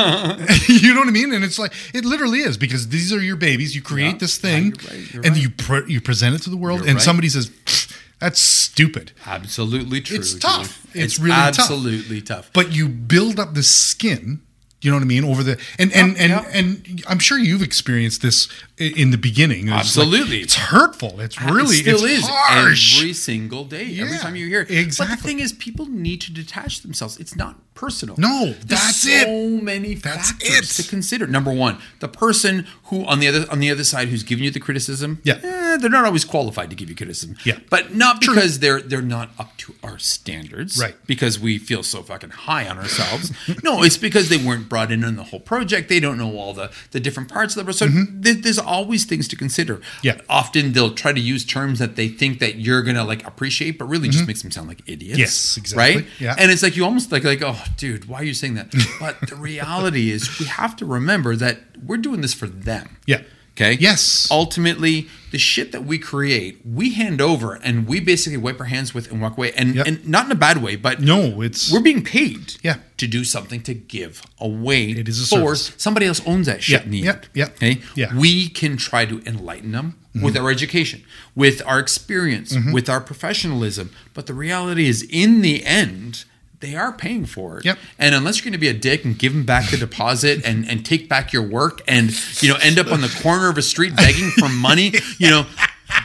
B: know what I mean? And it's like, it literally is because these are your babies. You create
A: Yeah.
B: this
A: Yeah,
B: thing
A: you're right, you're
B: and
A: right.
B: you, pre- you present it to the world.
A: You're
B: and
A: right.
B: somebody says, "Pfft, that's stupid.
A: Absolutely true.
B: It's
A: dude.
B: tough. It's really tough.
A: absolutely tough.
B: But you build up this skin. You know what I mean? Over the and and and,
A: yeah.
B: and I'm sure you've experienced this i- in the beginning. It's like-
A: Absolutely. Uh,
B: it's hurtful. It's really
A: it still
B: it's
A: is
B: harsh.
A: every single day. Every
B: Yeah,
A: time you hear it. But the
B: exactly.
A: thing is, people need to detach themselves. It's not personal.
B: No,
A: There's
B: that's
A: so
B: it.
A: many
B: That's
A: factors
B: it.
A: to consider. Number one, the person who on the other on the other side who's giving you the criticism.
B: Yeah.
A: eh, they're not always qualified to give you criticism.
B: Yeah.
A: but not
B: True.
A: because they're they're not up to our standards.
B: Right.
A: Because we feel so fucking high on ourselves. no, it's because they weren't brought in on the whole project. They don't know all the the different parts of the so there- there's always things to consider
B: Mm-hmm. Yeah.
A: often they'll try to use terms that they think that you're gonna like appreciate, but really just makes them sound like idiots.
B: Mm-hmm. Yes, exactly.
A: Right?
B: Yeah.
A: And it's like you almost like like, oh dude, why are you saying that? But the reality is we have to remember that we're doing this for them.
B: Yeah.
A: Okay.
B: Yes.
A: Ultimately, the shit that we create, we hand over and we basically wipe our hands with and walk away. And
B: Yeah.
A: and not in a bad way, but
B: No, it's
A: we're being paid
B: Yeah.
A: to do something to give away.
B: It is a
A: for
B: service.
A: somebody else owns that shit.
B: Yeah,
A: in the
B: yeah,
A: end.
B: yeah,
A: Okay?
B: yeah. Mm-hmm.
A: We can try to enlighten them with our education, with our experience, with our professionalism. But the reality is, in the end, they are paying for it.
B: Yep.
A: And unless you're going to be a dick and give them back the deposit and, and take back your work and you know end up on the corner of a street begging for money, you know,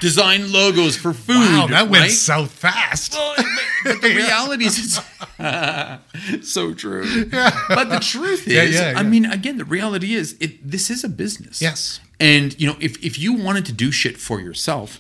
A: design logos for food.
B: Wow, that went
A: right?
B: south fast.
A: Well, but- but the reality is it's so true. But the truth is,
B: Yeah, yeah,
A: I
B: yeah.
A: mean, again, the reality is, it this is a business.
B: Yes.
A: And you know, if if you wanted to do shit for yourself,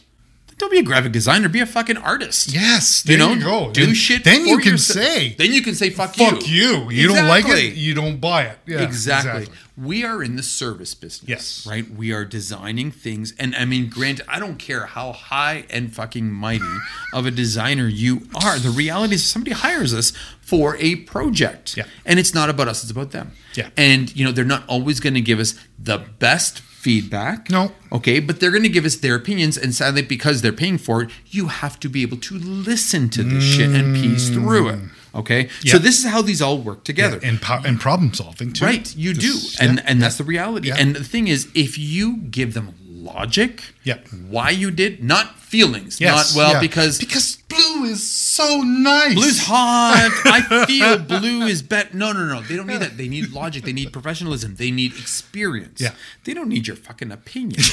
A: don't be a graphic designer. Be a fucking artist.
B: Yes,
A: You
B: there
A: know,
B: you go.
A: do
B: Then-
A: shit.
B: then you
A: for
B: can
A: yourself.
B: say,
A: Then you can say, "Fuck you."
B: Fuck you. You don't like it.
A: Exactly.
B: You don't buy it. Yeah,
A: exactly. We are in the service business.
B: Yes.
A: Right? We are designing things. And I mean, Grant, I don't care how high and fucking mighty of a designer you are. The reality is somebody hires us for a project.
B: Yeah.
A: And it's not about us, it's about them.
B: Yeah.
A: And you know, they're not always gonna give us the best feedback.
B: No.
A: Okay, but they're gonna give us their opinions, and sadly, because they're paying for it, you have to be able to listen to this shit and piece through it. Okay. So
B: Mm. Yeah.
A: this is how these all work together.
B: And po- and problem solving too.
A: Right, you
B: Just-
A: do, and
B: yeah.
A: and that's the reality.
B: Yeah.
A: And the thing is, if you give them logic,
B: Yeah.
A: why you did, not feelings,
B: Yes,
A: not well
B: yeah.
A: because
B: because blue is so nice.
A: blue's hot. I feel blue is bet. No, no, no, they don't need that. They need logic. They need professionalism. They need experience.
B: Yeah.
A: they don't need your fucking opinion,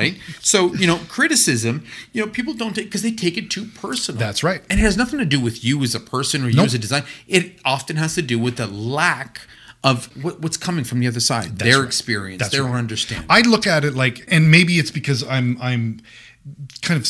A: right? So you know, criticism. You know, people don't take because they take it too personal.
B: That's right.
A: and it has nothing to do with you as a person or you
B: Nope.
A: as a designer. It often has to do with the lack of what, what's coming from the other side, their
B: right.
A: experience,
B: That's
A: their
B: right.
A: understanding.
B: I look at it like, and maybe it's because I'm I'm kind of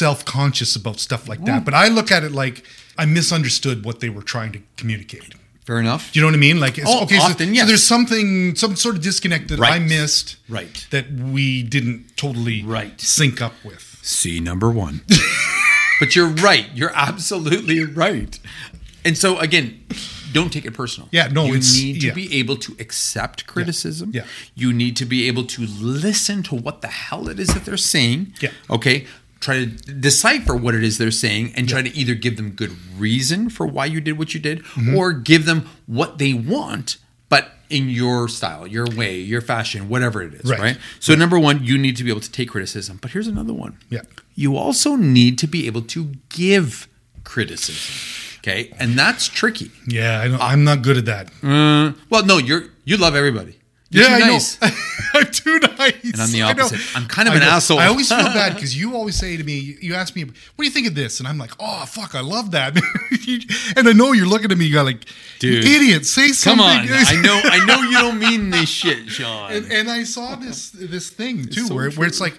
B: self conscious about stuff like that. But I look at it like I misunderstood what they were trying to communicate.
A: Fair enough.
B: Do you know what I mean? Like, it's,
A: Oh,
B: okay,
A: often,
B: so,
A: yes.
B: so there's something, some sort of disconnect that I
A: Right.
B: missed,
A: Right.
B: That we didn't totally
A: Right.
B: sync up with.
A: C number one. but you're right. You're absolutely right. And so again, don't take it personal.
B: Yeah, no,
A: you
B: it's-
A: need to
B: yeah.
A: be able to accept criticism.
B: yeah.
A: you need to be able to listen to what the hell it is that they're saying.
B: Yeah.
A: okay. Try to decipher what it is they're saying and try to either give them good reason for why you did what you did
B: Mm-hmm.
A: or give them what they want, but in your style, your way, your fashion, whatever it is,
B: Right.
A: right? So number one, you need to be able to take criticism. But here's another one.
B: Yeah.
A: You also need to be able to give criticism. Okay. And that's tricky.
B: Yeah, I know,
A: Ah.
B: I'm not good at that.
A: Uh, well, no, you're you love everybody. You're
B: yeah,
A: too
B: I
A: nice.
B: know. I'm too nice. And
A: I'm the opposite. I'm kind of an asshole.
B: I always feel bad because you always say to me, you ask me, what do you think of this? And I'm like, oh, fuck, I love that. and I know you're looking at me, you're like,
A: Dude.
B: you idiot, say something.
A: Come on. I know I know you don't mean this shit, Sean.
B: and, and I saw this this thing too,
A: so
B: where, where it's
A: true.
B: like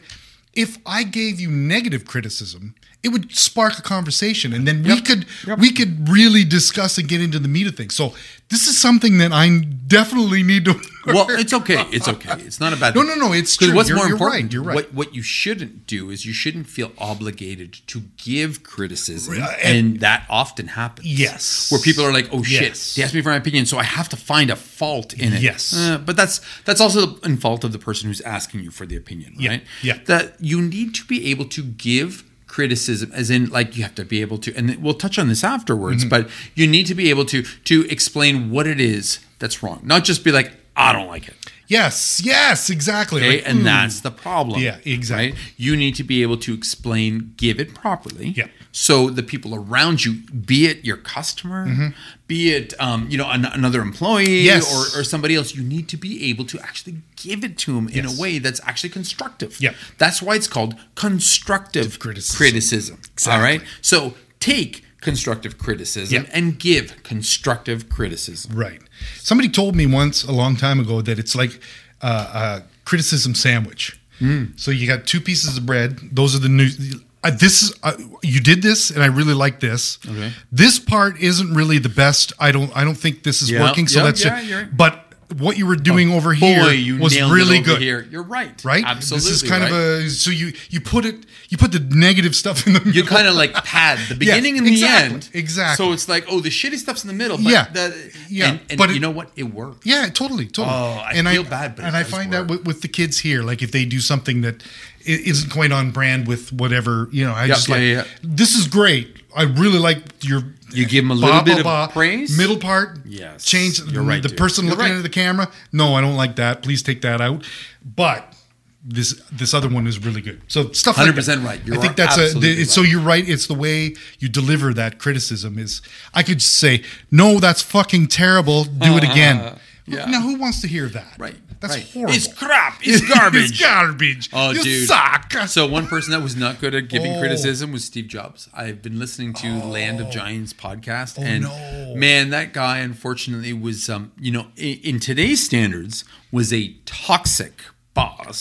B: If I gave you negative criticism, it would spark a conversation, and then we
A: Yep.
B: could
A: Yep.
B: we could really discuss and get into the meat of things. So this is something that I definitely need to.
A: Well, it's okay. It's okay. It's not a bad.
B: No,
A: thing.
B: no, no, it's
A: 'Cause
B: true.
A: What's
B: You're-
A: more
B: you're right,
A: important?
B: you're right.
A: What what you shouldn't do is you shouldn't feel obligated to give criticism,
B: Right,
A: and, that often happens.
B: uh, Yes.
A: where people are like, "Oh shit,
B: Yes.
A: they asked me for my opinion, so I have to find a fault in it."
B: Yes.
A: Uh, but that's that's also the in fault of the person who's asking you for the opinion,
B: Yeah,
A: right?
B: yeah.
A: that you need to be able to give criticism as in like you have to be able to and we'll touch on this afterwards
B: Mm-hmm.
A: but you need to be able to to explain what it is that's wrong not just be like i don't like it
B: yes, yes, exactly.
A: Okay,
B: Like,
A: and
B: mm,
A: that's the problem.
B: Yeah, exactly.
A: You need to be able to explain, give it properly.
B: Yeah.
A: So the people around you, be it your customer, be it um, you know an, another employee
B: Mm-hmm. Yes.
A: or, or somebody else, you need to be able to actually give it to them in
B: Yes.
A: a way that's actually constructive.
B: Yeah.
A: That's why it's called constructive
B: Criticism.
A: criticism. criticism. All right.
B: Exactly.
A: So take constructive criticism
B: Yeah.
A: and give constructive criticism.
B: Right. Somebody told me once a long time ago that it's like uh, a criticism sandwich.
A: Mm.
B: So you got two pieces of bread. Those are the new. Uh, this is uh, you did this, and I really like this.
A: Okay.
B: This part isn't really the best. I don't. I don't think this is
A: Yeah.
B: working. So
A: Yeah,
B: let's.
A: yeah, you're right. Oh,
B: But what you were doing over here
A: Boy, you
B: was
A: nailed it
B: really
A: over
B: good.
A: Here, you're right.
B: Right.
A: Absolutely.
B: This is kind
A: right?
B: of a. So you you put it. You put the negative stuff in the.
A: you kind of like pad the beginning and the
B: exactly,
A: end.
B: exactly.
A: So it's like, oh, the shitty stuff's in the middle. But
B: Yeah,
A: The,
B: yeah,
A: And, and
B: but
A: you
B: it-
A: know what? It worked.
B: Yeah, totally, totally.
A: Oh, I feel bad, but it
B: and I
A: does
B: find that
A: work.
B: with, with the kids here, like if they do something that i- isn't quite on brand with whatever, you know, I
A: Yeah,
B: just
A: yeah,
B: like
A: yeah, yeah.
B: this is great. I really like your.
A: You give 'em a little bit of praise?
B: Middle part,
A: Yes,
B: Change.
A: you're right,
B: The
A: dude.
B: person
A: You're
B: looking
A: right.
B: into the camera. No, I don't like that. Please take that out. But this this other one is really good. So stuff. Hundred
A: 100% right. You
B: I think
A: are
B: that's a.
A: absolutely
B: The, So
A: right.
B: you're right. It's the way you deliver that criticism. Is I could say no, that's fucking terrible. Do it again.
A: yeah.
B: Now who wants to hear that?
A: Right.
B: That's
A: right.
B: horrible.
A: It's crap. It's garbage.
B: it's garbage.
A: Oh,
B: you
A: dude.
B: suck.
A: So one person that was not good at giving
B: Oh.
A: criticism was Steve Jobs. I've been listening to Land of Giants podcast, and
B: Oh, no.
A: man, that guy unfortunately was, um, you know, in, in today's standards, was a toxic boss.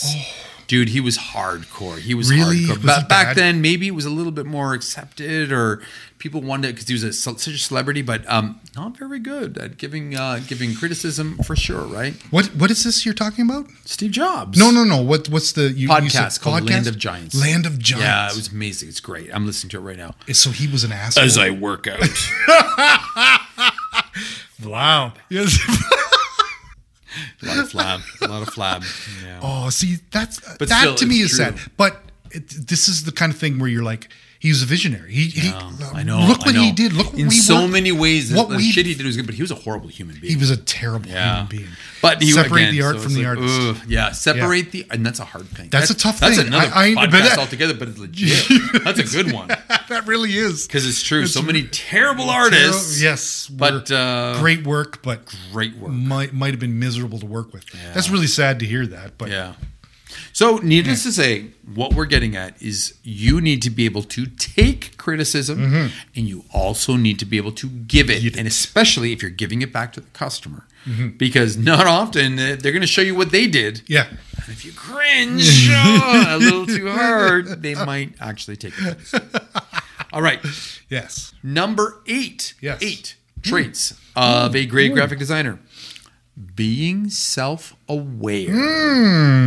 A: Dude, he was hardcore. He was
B: Oh. Really?
A: hardcore.
B: Was he
A: but
B: bad?
A: back then, maybe it was a little bit more accepted, or people wanted because he was a, ce- such a celebrity, but um, not very good at giving uh, giving criticism for sure, right?
B: what what is this you're talking about?
A: Steve Jobs.
B: No, no, no. What what's the you, you said
A: podcast called Land of Giants.
B: Land of Giants.
A: Yeah, it was amazing. It's great. I'm listening to it right now.
B: So he was an asshole.
A: I work out.
B: wow. Yes.
A: a lot of flab. A lot of flab. Yeah.
B: Oh, see, that's
A: But
B: that
A: still,
B: to me is
A: it's
B: sad.
A: true.
B: But it, this is the kind of thing where you're like, he's a visionary. He, he
A: I know.
B: Look
A: I
B: what he
A: know.
B: did. Look what
A: in
B: we
A: so
B: were-
A: many ways. What
B: What
A: the
B: we
A: shit he did was good, but he was a horrible human being.
B: he was a terrible
A: yeah.
B: human being.
A: But he
B: separate
A: again,
B: the art
A: so
B: from
A: it's
B: the
A: like,
B: artist.
A: ugh, yeah, separate the and that's a hard thing.
B: That's a tough
A: that's
B: thing.
A: That's another
B: I- I- but
A: podcast
B: that-
A: altogether, but it's legit. that's a good one
B: that really is
A: because it's true. so many terrible artists.
B: Terri- yes,
A: but
B: were
A: uh, great,
B: great work, but
A: work.
B: might might have been miserable to work with. That's really sad to hear that. But
A: Yeah. So, needless to say, what we're getting at is you need to be able to take criticism
B: Mm-hmm.
A: and you also need to be able to give it. And especially if you're giving it back to the customer,
B: Mm-hmm.
A: because not often uh, they're going to show you what they did.
B: yeah,
A: And if you cringe oh, a little too hard, they might actually take it. All right.
B: yes,
A: Number eight.
B: Yes. Mm.
A: Eight traits of a great graphic designer being self aware.
B: Mm.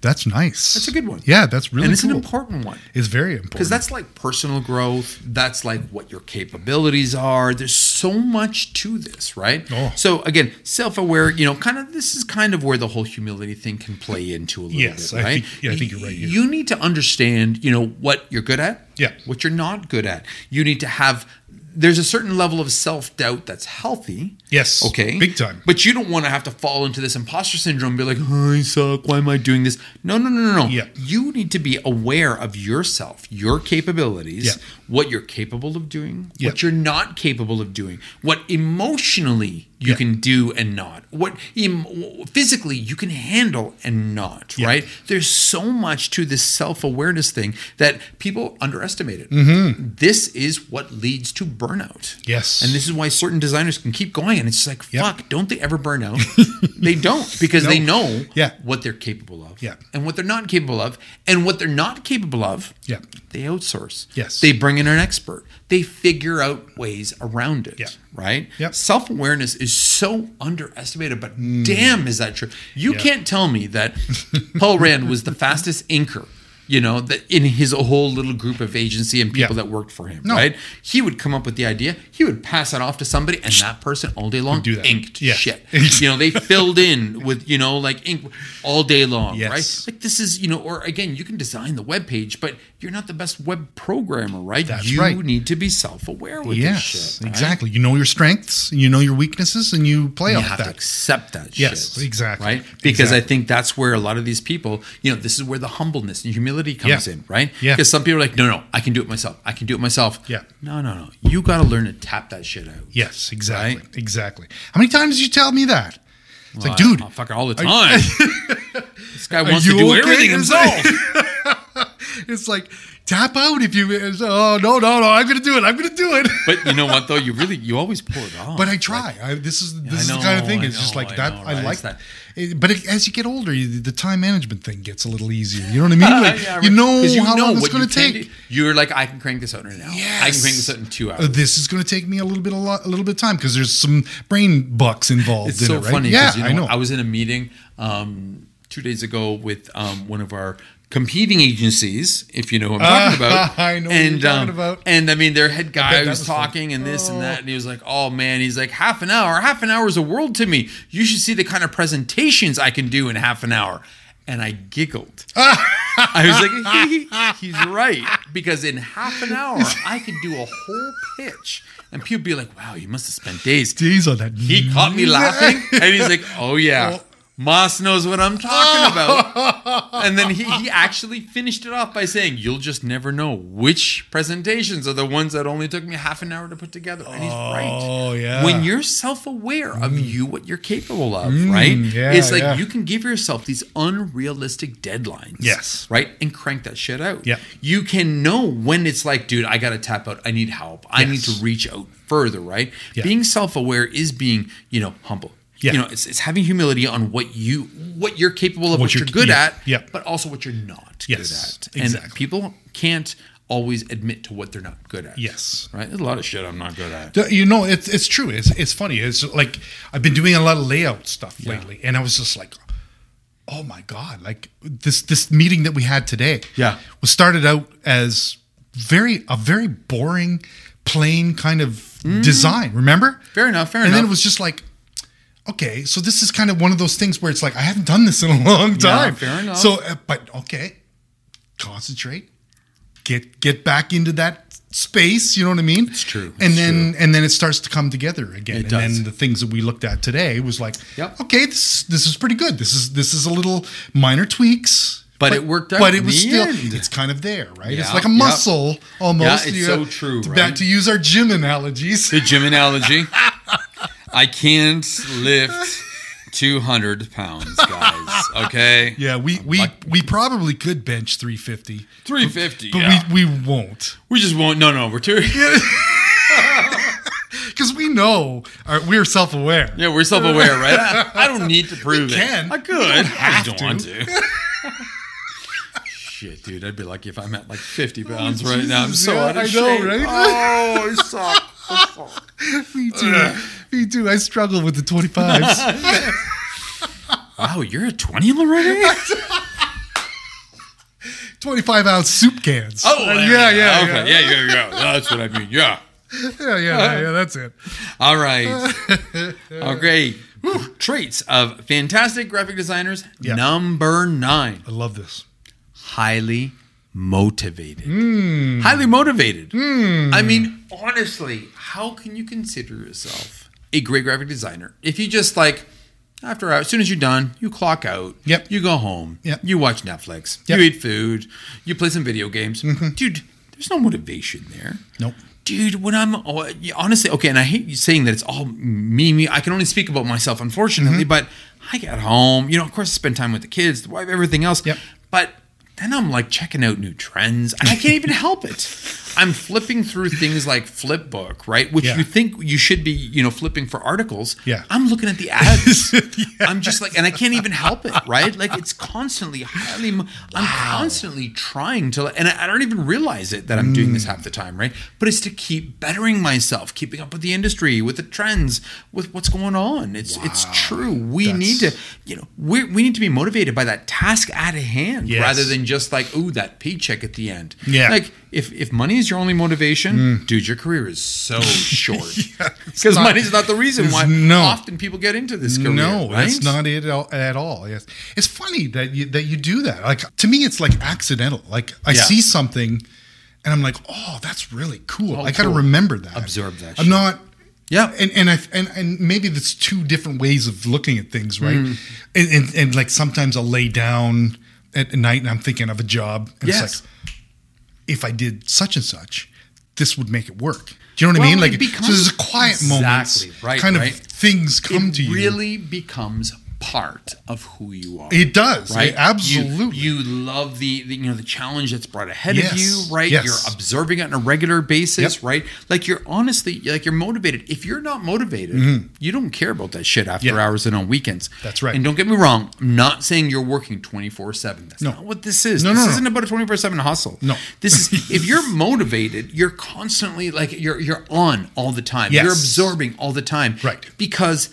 B: that's nice. That's
A: a good one.
B: Yeah, that's really
A: and it's
B: cool.
A: an important one
B: It's very important
A: because that's like personal growth that's like what your capabilities are there's so much to this right
B: Oh.
A: so again self-aware you know kind of this is kind of where the whole humility thing can play into a little
B: Yes,
A: bit
B: I
A: right
B: think- yeah, I think you're right here.
A: you need to understand you know what you're good at
B: Yeah.
A: what you're not good at you need to have there's a certain level of self-doubt that's healthy
B: Yes,
A: okay
B: big time.
A: but you don't want to have to fall into this imposter syndrome and be like oh, i suck why am i doing this no no no no no
B: Yeah.
A: you need to be aware of yourself, your capabilities,
B: Yeah.
A: what you're capable of doing,
B: Yeah.
A: what you're not capable of doing, what emotionally you can do and not. What em- physically you can handle and not, right? There's so much to this self-awareness thing that people underestimate it.
B: Mm-hmm.
A: This is what leads to burnout.
B: Yes.
A: And this is why certain designers can keep going and it's just like,
B: Yep.
A: fuck, don't they ever burn out? they don't because they
B: No.
A: know
B: Yeah.
A: what they're capable of
B: Yeah.
A: and what they're not capable of. And what they're not capable of,
B: Yeah.
A: they outsource.
B: Yes.
A: They bring in an expert. They figure out ways around it.
B: Yeah.
A: Right?
B: Yep. Mm.
A: Self awareness is so underestimated, but damn, is that true? You
B: Yeah.
A: can't tell me that Paul Rand was the fastest inker. You know, that in his whole little group of agency and people
B: Yeah.
A: that worked for him,
B: No.
A: right? He would come up with the idea, he would pass it off to somebody, and that person all day long
B: do that.
A: inked
B: Yeah.
A: shit. you know, they filled in with, you know, like ink all day long,
B: Yes.
A: right? Like this is you know or again you can design the web page but you're not the best web programmer right
B: That's
A: you
B: right.
A: need to be self-aware with this
B: Yes,
A: shit right?
B: exactly. You know your strengths, and you know your weaknesses, and you play
A: you
B: off
A: have to
B: that.
A: accept that
B: Yes,
A: shit,
B: exactly.
A: right because i
B: Exactly.
A: think that's where a lot of these people you know this is where the humbleness and humility comes
B: Yeah.
A: in right
B: Yeah.
A: because some people are like no no i can do it myself i can do it myself
B: Yeah.
A: no no no you got to learn to tap that shit out
B: Yes, exactly,
A: Right?
B: exactly. How many times did you tell me that? It's like,
A: Well,
B: dude,
A: I- fuck it all the time this guy wants
B: you
A: to do
B: okay?
A: everything
B: It's
A: himself
B: like- it's like tap out if you. It's, oh no, no, no! I'm gonna do it. I'm gonna do it.
A: but you know what though you really you always pull it off
B: But I try. I, this is this is the
A: know,
B: kind of thing.
A: I
B: It's just
A: know,
B: like
A: I
B: that.
A: know,
B: I
A: right?
B: like
A: It's
B: that.
A: that-
B: but it, as you get older, you, the time management thing gets a little easier. You know what I mean? Like,
A: Yeah,
B: you
A: right.
B: know
A: 'Cause
B: how long
A: what
B: it's going
A: you
B: to
A: can
B: take.
A: do. You're like, I can crank this out right now. I can crank this out in two
B: Uh,
A: hours.
B: This is going to take me a little bit a, lot, a little bit of time because there's some brain bucks involved
A: it's
B: in
A: so
B: it, right?
A: funny. 'cause,
B: yeah,
A: you
B: I know.
A: I was in a meeting um, two days ago with um, one of our competing agencies, if you know who I'm talking about.
B: Ah, I know who you're
A: and, um,
B: talking about.
A: And I mean, their head guy
B: that
A: was,
B: was fun.
A: talking and this and that. And he was like, oh man, he's like, half an hour, half an hour is a world to me. You should see the kind of presentations I can do in half an hour. And I giggled. I was like, he's right. Because in half an hour, I could do a whole pitch. And people be like, wow, you must have spent days.
B: Days on that. Mm-hmm.
A: He caught me laughing, and he's like, "Oh yeah, Moss knows what I'm
B: Oh.
A: talking about." And then he, he actually finished it off by saying, "You'll just never know which presentations are the ones that only took me half an hour to put together." And he's right.
B: Oh, yeah. Mm.
A: When you're self-aware of you, what you're capable of, right?
B: yeah,
A: it's like
B: yeah.
A: you can give yourself these unrealistic deadlines.
B: Yes.
A: Right, and crank that shit out.
B: Yeah.
A: You can know when it's like, dude, I got to tap out. I need help. I need
B: Yes.
A: to reach out further. Right.
B: Yeah.
A: Being self-aware is being you know humble
B: Yeah.
A: you know it's, it's having humility on what you what you're capable of
B: What
A: what,
B: you're-
A: you're, good
B: yeah,
A: at
B: yeah.
A: but also what you're not
B: Yes,
A: good at and
B: exactly.
A: people can't always admit to what they're not good at
B: Yes.
A: right there's a lot of shit i'm not good at
B: D- You know, it's it's true. It's it's funny. It's like I've been doing a lot of layout stuff lately, and I was just like, oh my god! Like this this meeting that we had today,
A: Yeah.
B: was started out as very a very boring, plain kind of
A: Mm-hmm.
B: design. Remember?
A: Fair enough, fair
B: and And
A: enough.
B: then it was just like. Okay, so this is kind of one of those things where it's like I haven't done this in a long
A: Yeah,
B: time.
A: fair enough.
B: So, uh, but okay, concentrate, get get back into that space. You know what I mean? It's
A: true.
B: And
A: It's
B: then and then it starts to come together again. and
A: does.
B: then the things that we looked at today was like,
A: Yep.
B: okay, this this is pretty good. This is this is a little minor tweaks.
A: But it worked out
B: But
A: in
B: it was
A: the
B: still
A: end.
B: it's kind of there, right? It's
A: Yeah,
B: like a
A: yep.
B: muscle almost.
A: Yeah, it's
B: You
A: so
B: know,
A: true,
B: to-
A: right?
B: Back to use our gym analogies.
A: the gym analogy i can't lift 200 pounds guys okay
B: Yeah, we we, we probably could bench 350,
A: 350
B: but
A: yeah.
B: we, we won't
A: we, just won't no no we're too
B: because we know our, we're self aware.
A: yeah we're self-aware right i, I don't need to prove it
B: can.
A: i
B: You
A: could
B: don't
A: i
B: have
A: just don't
B: to.
A: want to Shit, dude, I'd be lucky if I'm at like 50 pounds right now. I'm
B: Oh, Jesus,
A: so
B: yeah,
A: out of
B: I know,
A: shape.
B: right?
A: Oh, I suck.
B: Me too. Me too. I struggle with the 25s.
A: Wow, you're a 20 already?
B: 25 ounce soup cans. Uh,
A: Oh, there
B: yeah,
A: we go.
B: yeah,
A: okay, yeah, yeah, yeah. That's what I mean. Yeah.
B: yeah, yeah, yeah, yeah. That's it.
A: All right. Okay. Traits of fantastic graphic designers.
B: Yeah.
A: Number nine.
B: I love this.
A: highly motivated.
B: Hmm.
A: Highly motivated. I mean, honestly, how can you consider yourself a great graphic designer if you just like after hours, as soon as you're done, you clock out.
B: Yep.
A: You go home.
B: Yep.
A: You watch Netflix.
B: Yep.
A: You
B: Mm-hmm.
A: eat food. You play some video games. Dude, there's no motivation there.
B: Nope.
A: dude, when I'm oh, yeah, honestly okay, and I hate you saying that it's all me, me. I can only speak about myself, unfortunately,
B: Mm-hmm.
A: but I got home. You know, of course, I spend time with the kids, the wife, everything else.
B: Yep.
A: But then I'm like checking out new trends, and I can't even help it. I'm flipping through things like Flipbook, right? Which
B: Yeah.
A: you think you should be, you know, flipping for articles.
B: Yeah.
A: I'm looking at the ads. I'm just like, and I can't even help it, right? Like it's constantly highly. mo- I'm constantly trying to, and I I don't even realize it that I'm doing this half the time, right? But it's to keep bettering myself, keeping up with the industry, with the trends, with what's going on. It's it's true. We
B: That's-
A: need to, you know, we we need to be motivated by that task at hand
B: Yes.
A: rather than just like, ooh, that paycheck at the end.
B: Yeah. Mm.
A: Like if if money is your only motivation, dude, your career is so short. Because
B: not-
A: money's not the reason
B: it's
A: why
B: no.
A: often people get into this career.
B: No,
A: right?
B: that's not it at all, at all. Yes, it's funny that you, that you do that. Like to me, it's like accidental. Like I
A: Yeah.
B: see something, and I'm like, oh, that's really cool. I gotta
A: Oh, cool.
B: remember that.
A: Observe that
B: I'm
A: shit.
B: not.
A: Yeah.
B: and and I and and maybe that's two different ways of looking at things, right?
A: Mm.
B: And, and and like sometimes I'll lay down at night and I'm thinking of a job, and
A: Yes.
B: it's like if I did such and such, this would make it work. Do you know what
A: Well,
B: I mean?
A: it
B: Like,
A: becomes-
B: so there's a quiet moments,
A: Exactly, right,
B: kind
A: right.
B: of things come
A: it
B: to you.
A: really becomes part of who you are.
B: It does. It
A: Right? You-
B: absolutely.
A: You, love the, the you know the challenge that's brought ahead
B: Yes,
A: of you, right?
B: yes.
A: You're observing it on a regular basis,
B: Yep.
A: right? Like you're honestly like you're motivated. If you're not motivated, you don't care about that shit after
B: Mm-hmm. Yeah.
A: hours and on weekends.
B: That's right.
A: And don't get me wrong, I'm not saying you're working 24/7. That's
B: No.
A: not what this is.
B: No,
A: this
B: no, no.
A: isn't about a 24/7 hustle.
B: No.
A: This is if you're motivated, you're constantly like you're you're on all the time.
B: Yes.
A: You're absorbing all the time.
B: Right.
A: Because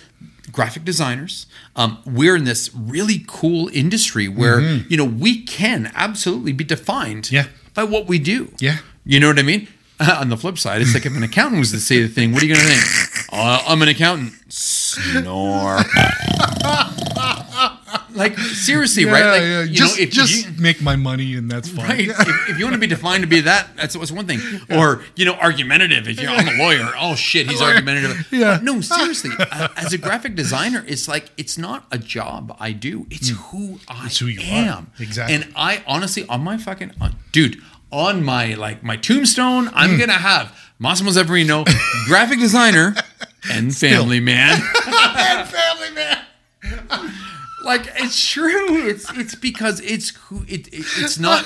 A: graphic designers, um, we're in this really cool industry where, you know, we can absolutely be defined
B: Mm-hmm. Yeah.
A: by what we do.
B: Yeah.
A: You know what I mean? on the flip side, it's like if an accountant was to say the thing, what are you going to think? Uh, I'm an accountant. Snore. like, seriously, right? Like,
B: yeah.
A: you
B: just
A: know, if
B: just
A: you-
B: make my money and that's fine.
A: Right. If, if you want to be defined to be that, that's what's one thing. Or you know, argumentative. If you're I'm a lawyer, oh shit, he's argumentative.
B: Yeah.
A: But no, seriously. uh, as a graphic designer, it's like it's not a job I do. It's who I
B: Mm. who you are.
A: am.
B: Exactly.
A: And I honestly, on my fucking on, dude, on my like my tombstone,
B: Mm.
A: I'm gonna have Massimo Zeferino, graphic designer, and family man.
B: Family man.
A: Like it's true. It's it's because it's who it, it it's not.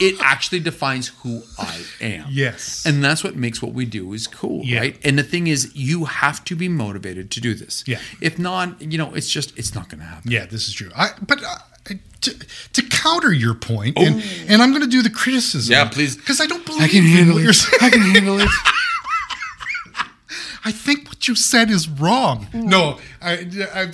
A: It actually defines who I am.
B: Yes.
A: and that's what makes what we do is cool,
B: Yeah.
A: right? And the thing is, you have to be motivated to do this.
B: Yeah.
A: If not, you know, it's just it's not going to happen.
B: Yeah, this is true. I but uh, to, to counter your point, and, and I'm going to do the criticism.
A: Yeah, please.
B: Because I don't believe I can handle what you're saying. I can handle it. I think what you said is wrong. No, I,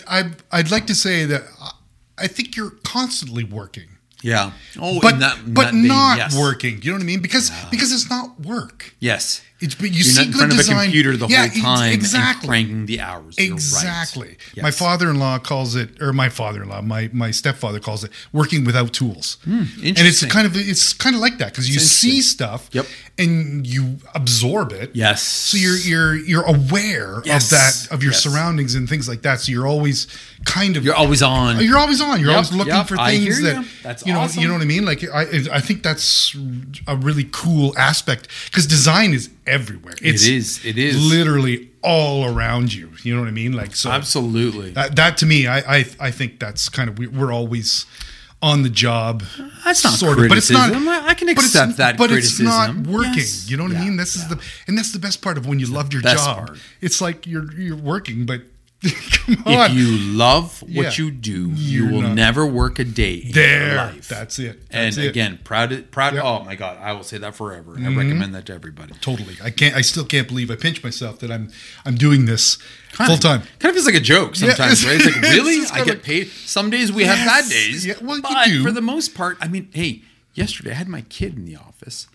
B: I, I, I'd like to say that I- I think you're constantly working.
A: Yeah. Oh,
B: but
A: in that, in
B: but
A: that vein,
B: not
A: yes.
B: working. You know what I mean? Because because it's not work.
A: Yes.
B: It's but you
A: You're
B: see
A: not in
B: good
A: front
B: design.
A: of a computer the
B: Yeah,
A: whole
B: ex-
A: time.
B: Exactly.
A: And cranking the hours. You're right.
B: Exactly. My
A: Yes.
B: father-in-law calls it, or my father-in-law, my my stepfather calls it, working without tools. and it's
A: Hmm, interesting.
B: kind of it's kind of like that because you see stuff,
A: Yep.
B: and you absorb it.
A: Yes.
B: So you're you're you're aware
A: Yes.
B: of that of your
A: Yes.
B: surroundings and things like that. So you're always kind of Oh,
A: You're always on.
B: You're always on. You're
A: Yep,
B: always looking
A: yep,
B: for
A: I
B: things
A: hear
B: that
A: you. That's
B: you know.
A: awesome.
B: You know what I mean? Like I, I think that's a really cool aspect because design is everywhere. It's
A: is, it is.
B: literally all around you. You know what I mean? Like so.
A: Absolutely.
B: That, that to me, I, I I think that's kind of we, we're always on the job.
A: That's not
B: sort of, but it's not.
A: criticism. I- I can
B: but it's-
A: accept that
B: but it's not
A: criticism.
B: working.
A: Yes.
B: You know what I
A: Yeah,
B: mean? This is the and that's the best part of when you love your
A: best
B: job.
A: part.
B: It's like you're you're working, but come on,
A: if you love what
B: Yeah.
A: you do,
B: You're
A: you will
B: not-
A: never work a day in your
B: there.
A: life.
B: That's it.
A: and
B: That's it.
A: again, proud, proud.
B: Yep. Mm-hmm.
A: Oh my God, I will say that forever. I recommend that to everybody.
B: Totally. I can't. I still can't believe I pinch myself that I'm I'm doing this full time.
A: Kind of feels like a joke sometimes,
B: it's-
A: right? It's like,
B: it's
A: really?
B: just
A: I get
B: kinda-
A: paid. Some days we have
B: Yes.
A: bad days.
B: Yeah, well, you
A: but
B: do.
A: for the most part, I mean, hey, yesterday I had my kid in the office.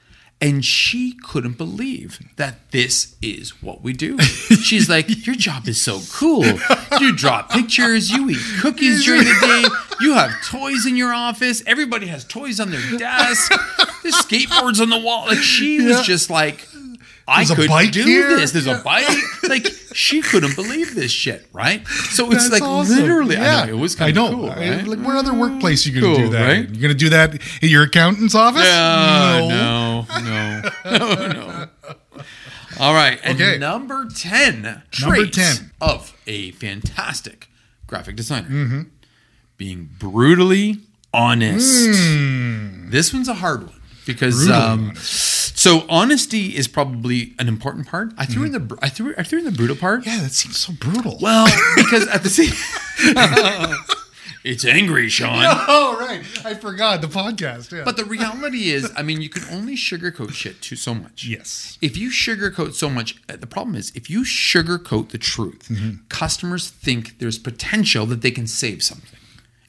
A: And she couldn't believe that this is what we do. She's like, Your job is so cool. You draw pictures, you eat cookies during the day, you have toys in your office, everybody has toys on their desk, there's skateboards on the wall. Like, she was just like, I
B: There's a
A: could
B: bike
A: do
B: here.
A: this. There's a bike. Like she couldn't believe this shit, right? So it's
B: That's
A: like
B: awesome.
A: literally.
B: Yeah.
A: I know it was kind
B: I
A: of
B: know.
A: cool.
B: I-
A: Right?
B: Like, what other workplace you going to
A: Cool,
B: do that?
A: right?
B: You're going to do that at your accountant's office?
A: Yeah, no, no, no, no. All right. And
B: Okay.
A: number 10 traits
B: 10.
A: of a fantastic graphic designer
B: Mm-hmm.
A: being brutally honest. This one's a hard one because
B: Hmm. Brutally
A: um, so honesty is probably an important part. I threw in the br- I threw I threw in the brutal part.
B: Mm-hmm. Yeah, that seems so brutal.
A: Well, because at the same It's angry, Sean.
B: oh right, I forgot the podcast. Yeah.
A: But the reality is, I mean, you can only sugarcoat shit too so much.
B: Yes.
A: If you sugarcoat so much, uh, the problem is if you sugarcoat the truth,
B: Mm-hmm.
A: customers think there's potential that they can save something.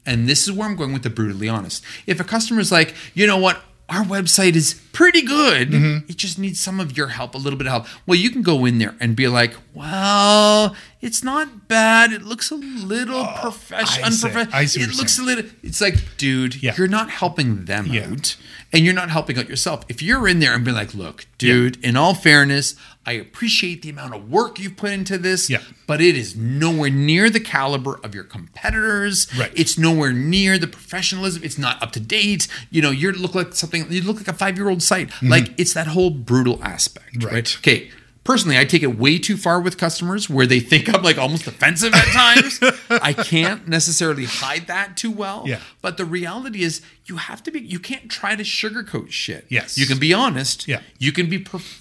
A: And this is where I'm going with the brutally honest. If a customer's like, you know what, our website is pretty good,
B: Mm-hmm.
A: it just needs some of your help, a little bit of help. Well, you can go in there and be like, well, it's not bad. It looks a little professional.
B: Oh, I see. I see what
A: It
B: you're
A: looks
B: saying.
A: a little. It's like, dude,
B: Yeah.
A: you're not helping them
B: Yeah.
A: out and you're not helping out yourself. If you're in there and be like, look, dude, in all fairness, I appreciate the amount of work you've put into this,
B: Yeah.
A: but it is nowhere near the caliber of your competitors.
B: Right.
A: It's nowhere near the professionalism. It's not up to date. You know, you look like something, you look like a five year old site. Like it's that whole brutal aspect. Right.
B: Mm-hmm. Right.
A: Okay. Personally, I take it way too far with customers where they think I'm like almost offensive at times. I can't necessarily hide that too well.
B: Yeah.
A: But the reality is, you have to be. You can't try to sugarcoat shit.
B: Yes.
A: You can be honest.
B: Yeah.
A: You can be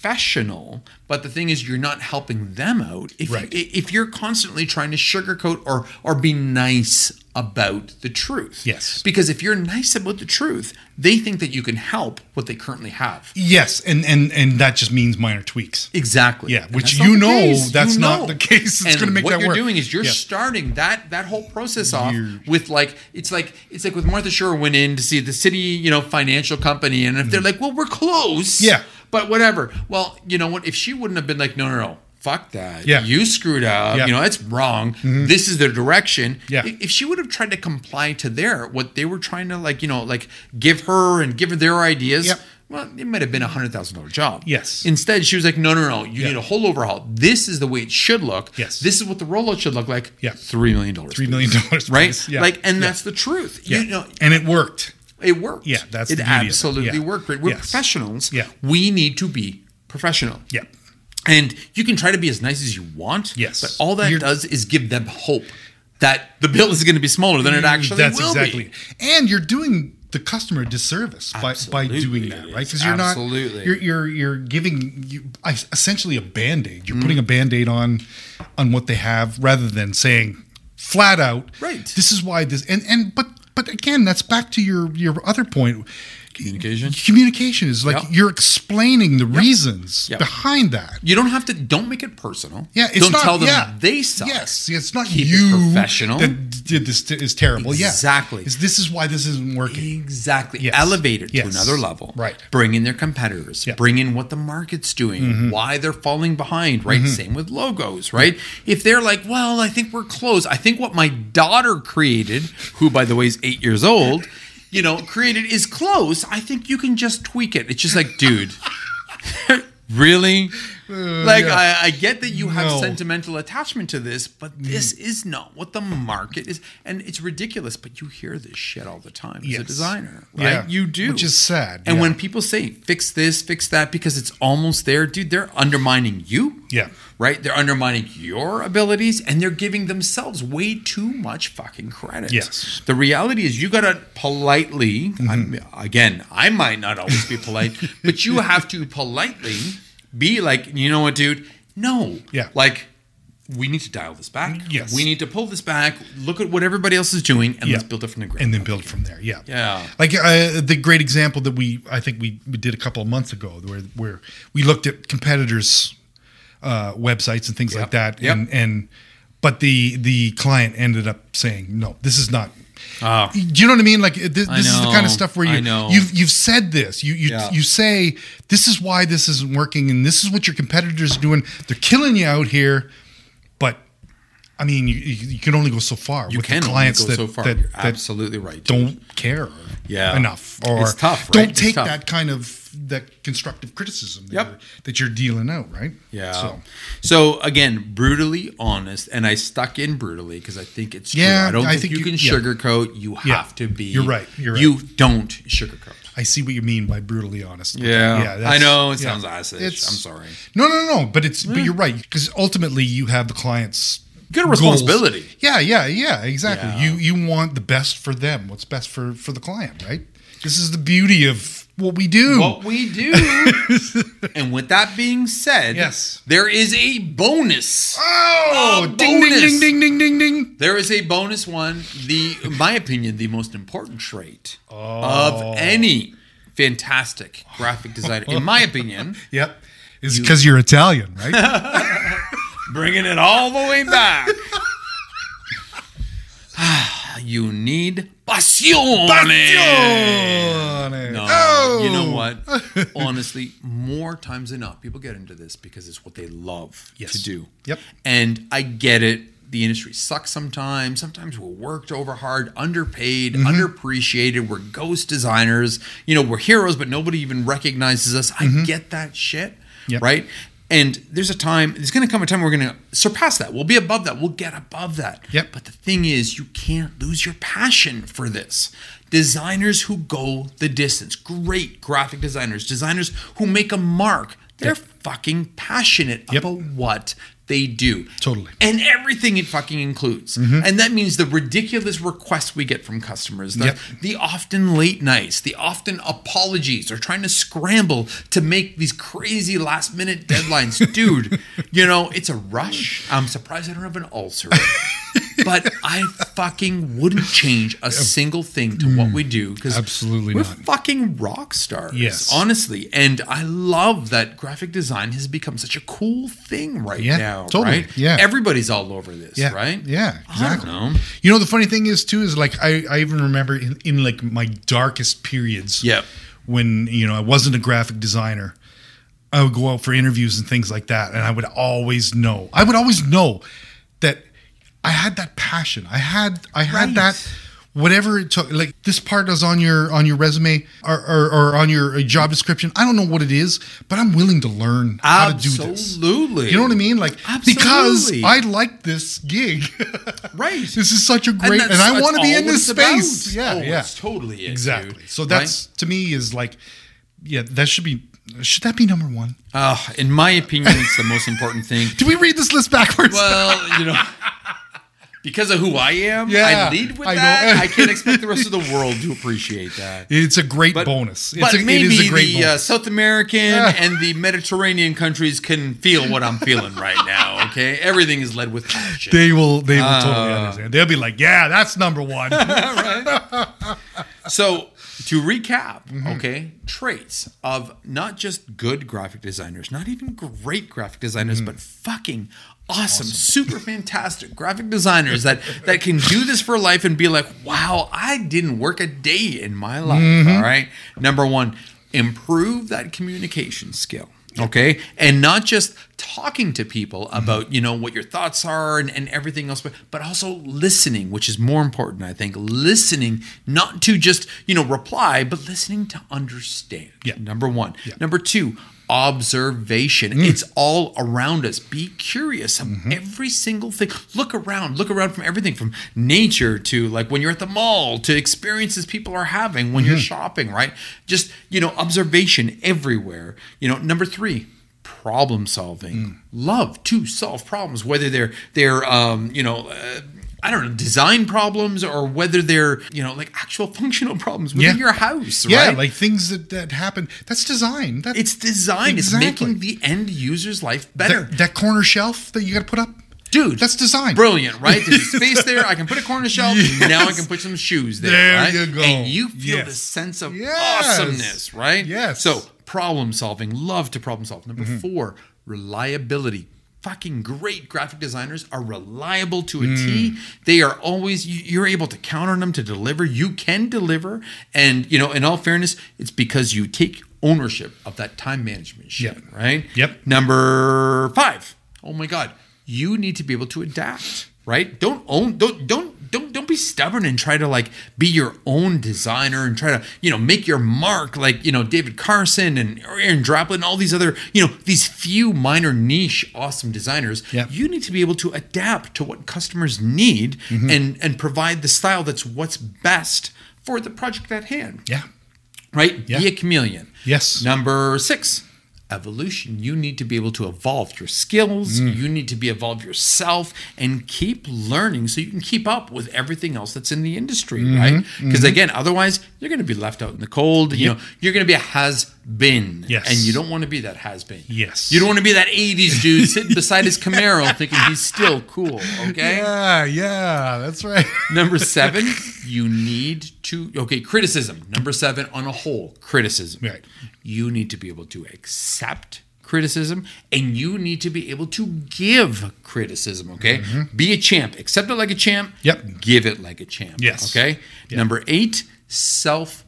A: professional. But the thing is, you're not helping them out if
B: Right.
A: you, if you're constantly trying to sugarcoat or or be nice about the truth.
B: Yes.
A: Because if you're nice about the truth, they think that you can help what they currently have.
B: yes, and and and that just means minor tweaks.
A: Exactly.
B: Yeah,
A: And
B: which
A: that's not
B: you
A: the
B: know
A: case.
B: that's not the case. It's
A: And
B: gonna make
A: what
B: that
A: you're
B: work.
A: doing is you're
B: Yeah.
A: starting that that whole process off
B: You're-
A: with like it's like it's like with Martha Shore went in to see the city, you know, financial company, and if they're like, well, we're close.
B: Mm. Yeah.
A: But whatever. Well, you know what? If she wouldn't have been like, no, no, no. Fuck that.
B: Yeah.
A: You screwed up.
B: Yeah. Mm-hmm.
A: You know, that's wrong. This is the direction.
B: Yeah.
A: I- If she would have tried to comply to their, what they were trying to like, you know, like give her and give her their ideas,
B: Yep.
A: well, it might have been a $100,000 job.
B: Yes.
A: Instead, she was like, no, no, no, you
B: Yeah.
A: need a whole overhaul. This is the way it should look.
B: Yes.
A: This is what the rollout should look like.
B: Yeah.
A: Three million dollars.
B: Three million dollars,
A: Right?
B: please. Yeah.
A: Like, and
B: Yeah.
A: that's the truth.
B: Yeah.
A: You know,
B: and it worked.
A: it worked.
B: Yeah, that's
A: it
B: the beauty of it.
A: absolutely
B: Yeah.
A: worked. Right? We're
B: Yes.
A: professionals.
B: Yeah.
A: We need to be professional.
B: Yeah.
A: And you can try to be as nice as you want.
B: Yes.
A: But all that
B: You're-
A: does is give them hope that the bill is going to be smaller than it actually
B: Mm, That's
A: will
B: exactly.
A: be.
B: And you're doing the customer a disservice by, by
A: Absolutely
B: doing
A: it
B: that,
A: is.
B: right? Because you're
A: Absolutely.
B: not you're you're you're giving you I- essentially a band aid.
A: Mm.
B: You're putting a band aid on on what they have rather than saying flat out,
A: Right.
B: This is why this and and but but again, that's back to your your other point.
A: Communication.
B: Communication is like
A: Yeah.
B: you're explaining the reasons
A: Yeah.
B: behind that.
A: You don't have to. Don't make it personal.
B: Yeah, it's
A: don't
B: not,
A: tell them
B: yeah.
A: they suck.
B: Yes, it's not
A: Keep it
B: you
A: professional.
B: that did this t- is terrible. Yeah,
A: Exactly.
B: It's- this is why this isn't working.
A: Exactly.
B: Yes.
A: Elevate it
B: Yes.
A: to another level.
B: Right.
A: Bring in their competitors.
B: Yeah. Mm-hmm.
A: Bring in what the market's doing, why they're falling behind, right? Same with logos, right? If they're like, well, I think we're close. I think what my daughter created, who by the way is eight years old, you know, created is close. I think you can just tweak it. It's just like, dude. Really? like
B: Uh, yeah.
A: I, I get that you have
B: No. Mm.
A: sentimental attachment to this, but this is not what the market is, and it's ridiculous. But you hear this shit all the time as a
B: Yes.
A: designer, right?
B: Yeah.
A: You do,
B: Which is sad,
A: And
B: yeah.
A: when people say fix this, fix that, because it's almost there, dude, they're undermining you.
B: Yeah.
A: Right? They're undermining your abilities and they're giving themselves way too much fucking credit.
B: Yes. Mm-hmm.
A: The reality is you got to politely, I'm, again, I might not always be polite, but you have to politely be like, you know what, dude? No.
B: Yeah.
A: Like, we need to dial this back.
B: Yes.
A: We need to pull this back, look at what everybody else is doing, and
B: Yeah.
A: let's build it from the ground.
B: And then build from there. Yeah.
A: Yeah.
B: Like uh, the great example that we, I think we, we did a couple of months ago, where where we looked at competitors' uh, websites and things like that,
A: Yep.
B: and and but the the client ended up saying, no, this is not.
A: Ah.
B: Do you know what I mean? Like it- this,
A: I
B: this is the kind
A: know.
B: of stuff where you
A: I know.
B: you've you've said this. You you
A: Yeah.
B: you say this is why this isn't working, and this is what your competitors are doing. They're killing you out here, but I mean, you, you you can only go so far.
A: you
B: with
A: can
B: the
A: only
B: clients
A: go
B: that,
A: so far.
B: that,
A: You're
B: that
A: absolutely right. dude.
B: don't care
A: Yeah.
B: enough or
A: It's tough, right?
B: don't
A: It's
B: take
A: tough.
B: that kind of that constructive criticism that,
A: Yep.
B: you're, that you're dealing out right
A: Yeah.
B: so
A: So, again, brutally honest, and I stuck in brutally because I think it's true.
B: Yeah,
A: I don't
B: I
A: think,
B: think
A: you,
B: you-
A: can
B: yeah.
A: sugarcoat. You have
B: Yeah.
A: to be.
B: You're right, you're right.
A: You don't sugarcoat.
B: I see what you mean by brutally honest.
A: Yeah.
B: that's-
A: I know it
B: yeah.
A: sounds acid. I'm
B: It's-
A: sorry.
B: No, no, no, no. But it's but you're right because ultimately you have the client's
A: Good
B: goals.
A: responsibility.
B: Yeah, yeah, yeah. Exactly.
A: Yeah.
B: You you want the best for them. What's best for for the client, right? This is the beauty of what we do.
A: What we do. and with that being said,
B: Yes.
A: there is a bonus.
B: oh,
A: A
B: ding, ding,
A: bonus.
B: ding, ding, ding, ding, ding.
A: There is a bonus one. The, in my opinion, the most important trait of any fantastic graphic designer. In my opinion,
B: Yep. It's because you're Italian, right?
A: bringing it all the way back. you need passione.
B: No. Oh.
A: No, you know what? Honestly, more times than not, people get into this because it's what they love
B: Yes.
A: to do.
B: Yep.
A: And I get it. The industry sucks sometimes. Sometimes we're worked over hard, underpaid,
B: Mm-hmm.
A: underappreciated. We're ghost designers. You know, we're heroes, but nobody even recognizes us. I get that shit.
B: Mm-hmm. Yep.
A: Right. And there's a time, there's going to come a time we're going to surpass that. We'll be above that. We'll get above that.
B: Yep.
A: But the thing is, you can't lose your passion for this. Designers who go the distance, great graphic designers, designers who make a mark, they're fucking passionate
B: Yep.
A: about what they do.
B: Totally. Mm-hmm.
A: And everything it fucking includes. And that means the ridiculous requests we get from customers, the,
B: Yep.
A: the often late nights, the often apologies, or trying to scramble to make these crazy last minute deadlines. Dude, you know, it's a rush. I'm surprised I don't have an ulcer. but I fucking wouldn't change a single thing to what we do because
B: Absolutely
A: we're
B: not.
A: fucking rock stars.
B: Yes.
A: honestly, and I love that graphic design has become such a cool thing right
B: Yeah,
A: now.
B: totally.
A: right?
B: Yeah.
A: everybody's all over this.
B: Yeah.
A: right.
B: Yeah. Exactly.
A: I don't know.
B: You know the funny thing is too is like I, I even remember in, in like my darkest periods.
A: Yeah.
B: When you know I wasn't a graphic designer, I would go out for interviews and things like that, and I would always know. I would always know that I had that passion. I had I had
A: Right.
B: that whatever it took. Like this part is on your on your resume or, or, or on your uh, job description. I don't know what it is, but I'm willing to learn how to do this.
A: Absolutely.
B: You know what I mean? Like because
A: Absolutely.
B: I like this gig.
A: Right.
B: This is such a great, and,
A: that's-
B: I
A: that's
B: want to be
A: all
B: in
A: what
B: this
A: it's about.
B: space. Yeah,
A: Oh,
B: yeah,
A: that's totally it,
B: exactly.
A: dude.
B: So
A: Right?
B: that's to me is like, yeah, that should be should that be number one?
A: Ah, in my opinion, it's the most important thing.
B: Do we read this list backwards?
A: Well, you know, because of who I am,
B: Yeah,
A: I lead with
B: I know.
A: that. I can't expect the rest of the world to appreciate that.
B: it's a great bonus. It's
A: but
B: a,
A: maybe
B: it is a great
A: the uh,
B: bonus.
A: South American and the Mediterranean countries can feel what I'm feeling right now. Okay, everything is led with passion.
B: they will. They will totally understand. They'll be like, yeah, that's number one.
A: so to recap, okay, traits of not just good graphic designers, not even great graphic designers, but fucking awesome, super fantastic graphic designers that that can do this for life and be like, wow, I didn't work a day in my life. all right, number one, improve that communication skill. Okay. And not just talking to people
B: Mm-hmm.
A: about, you know, what your thoughts are and, and everything else, but, but also listening, which is more important, I think. Listening, not to just, you know, reply, but listening to understand.
B: Yeah.
A: Number one. Number two, observation.
B: Mm.
A: It's all around us. Be curious of
B: Mm-hmm.
A: every single thing. Look around. Look around from everything from nature to like when you're at the mall to experiences people are having when
B: Mm-hmm.
A: you're shopping, right? Just, you know, observation everywhere. You know, number three, problem solving.
B: Mm.
A: Love to solve problems, whether they're they're um, you know, uh, I don't know, design problems or whether they're, you know, like actual functional problems within
B: Yeah.
A: your house,
B: yeah,
A: right?
B: like things that that happen. That's design. That
A: It's designed. It's
B: Exactly.
A: making the end user's life better.
B: that, that corner shelf that you got to put up.
A: Dude,
B: that's design.
A: Brilliant, right? There's a space there. I can put a corner shelf.
B: Yes.
A: Now I can put some shoes there.
B: There
A: right?
B: you go.
A: And you feel
B: Yes.
A: the sense of
B: Yes.
A: awesomeness, right?
B: Yes. Mm-hmm.
A: So problem solving, love to problem solve. Number four, reliability. Fucking great graphic designers are reliable to a
B: Mm.
A: T. They are always you- you're able to count on them to deliver. You can deliver, and you know, in all fairness, it's because you take ownership of that time management shit,
B: Yep.
A: right?
B: Yep.
A: Number five. Oh my God, you need to be able to adapt, right? Don't own. Don't don't don't don't be stubborn and try to like be your own designer and try to you know make your mark like you know David Carson and Aaron Draplin and all these other you know these few minor niche awesome designers.
B: Yep.
A: You need to be able to adapt to what customers need and and provide the style that's what's best for the project at hand
B: Yeah,
A: right?
B: Yeah.
A: Be a chameleon.
B: Yes.
A: Number six, evolution. You need to be able to evolve your skills.
B: Mm.
A: You need to be evolve yourself and keep learning so you can keep up with everything else that's in the industry,
B: Mm-hmm.
A: right? Because again, otherwise you're going to be left out in the cold. You know, you're going to be a has been,
B: Yes.
A: and you don't want to be that has been.
B: Yes.
A: you don't want to be that '80s dude sitting beside his Camaro thinking he's still cool. Okay.
B: Yeah, yeah, that's right.
A: Number seven, you need to okay criticism. Number seven on a whole criticism.
B: Right.
A: You need to be able to accept criticism, and you need to be able to give criticism. Okay. Be a champ. Accept it like a champ.
B: Mm-hmm. Yep.
A: Give it like a champ.
B: Yes.
A: Okay. Number eight, self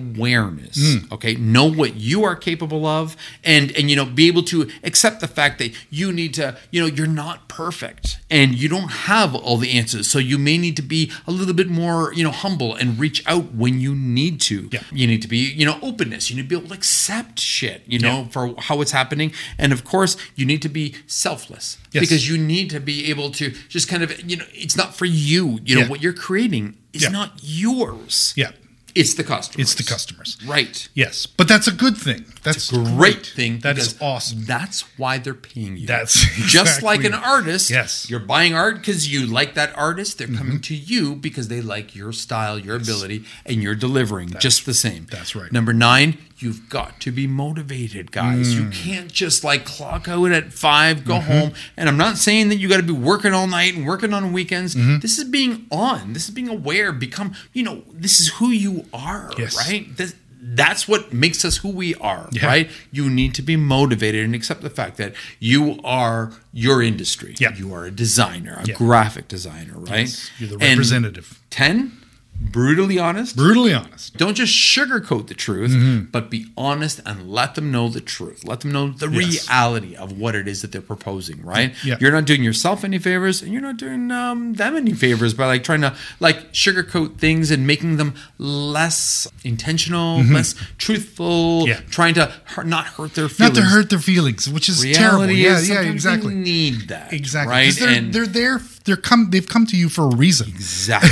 A: awareness
B: Hmm.
A: okay know what you are capable of and and you know be able to accept the fact that you need to you know you're not perfect and you don't have all the answers so you may need to be a little bit more you know humble and reach out when you need to
B: Yeah.
A: you need to be you know openness you need to be able to accept shit you know for how it's happening and of course you need to be selfless
B: Yes.
A: because you need to be able to just kind of you know it's not for you you know
B: Yeah.
A: what you're creating is
B: Yeah.
A: not yours
B: yeah,
A: it's the customer.
B: it's the customers.
A: Right.
B: Yes, but that's a good thing. That's
A: Great, thing.
B: That is
A: because
B: awesome.
A: That's why they're paying you.
B: That's
A: just
B: exactly
A: like an
B: it.
A: artist.
B: Yes. Mm-hmm.
A: You're buying art because you like that artist. They're coming to you because they like your style, your ability, and you're delivering just the same.
B: that's right.
A: Number nine, you've got to be motivated, guys.
B: Mm.
A: You can't just like clock out at five,
B: Mm-hmm.
A: go home. And I'm not saying that you got to be working all night and working on weekends.
B: Mm-hmm.
A: This is being on. This is being aware. Become, you know, this is who you are,
B: Yes.
A: right? This, that's what makes us who we are,
B: Yeah.
A: right? You need to be motivated and accept the fact that you are your industry.
B: Yeah.
A: You are a designer, a
B: Yeah.
A: graphic designer, right?
B: You're the
A: And
B: representative.
A: 10, brutally honest.
B: Brutally honest.
A: Don't just sugarcoat the truth,
B: Mm-hmm.
A: but be honest and let them know the truth. Let them know the
B: Yes.
A: reality of what it is that they're proposing, right?
B: Yeah.
A: You're not doing yourself any favors and you're not doing um, them any favors by like trying to like sugarcoat things and making them less intentional, less truthful,
B: Mm-hmm. Yeah.
A: trying to hurt, not hurt their feelings.
B: Not to hurt their feelings, which is
A: Reality
B: terrible. Yeah,
A: is
B: yeah,
A: sometimes we
B: exactly.
A: need that.
B: Exactly.
A: Right?
B: 'Cause They're,
A: and
B: they're there. They're come. They've come to you for a reason,
A: exactly.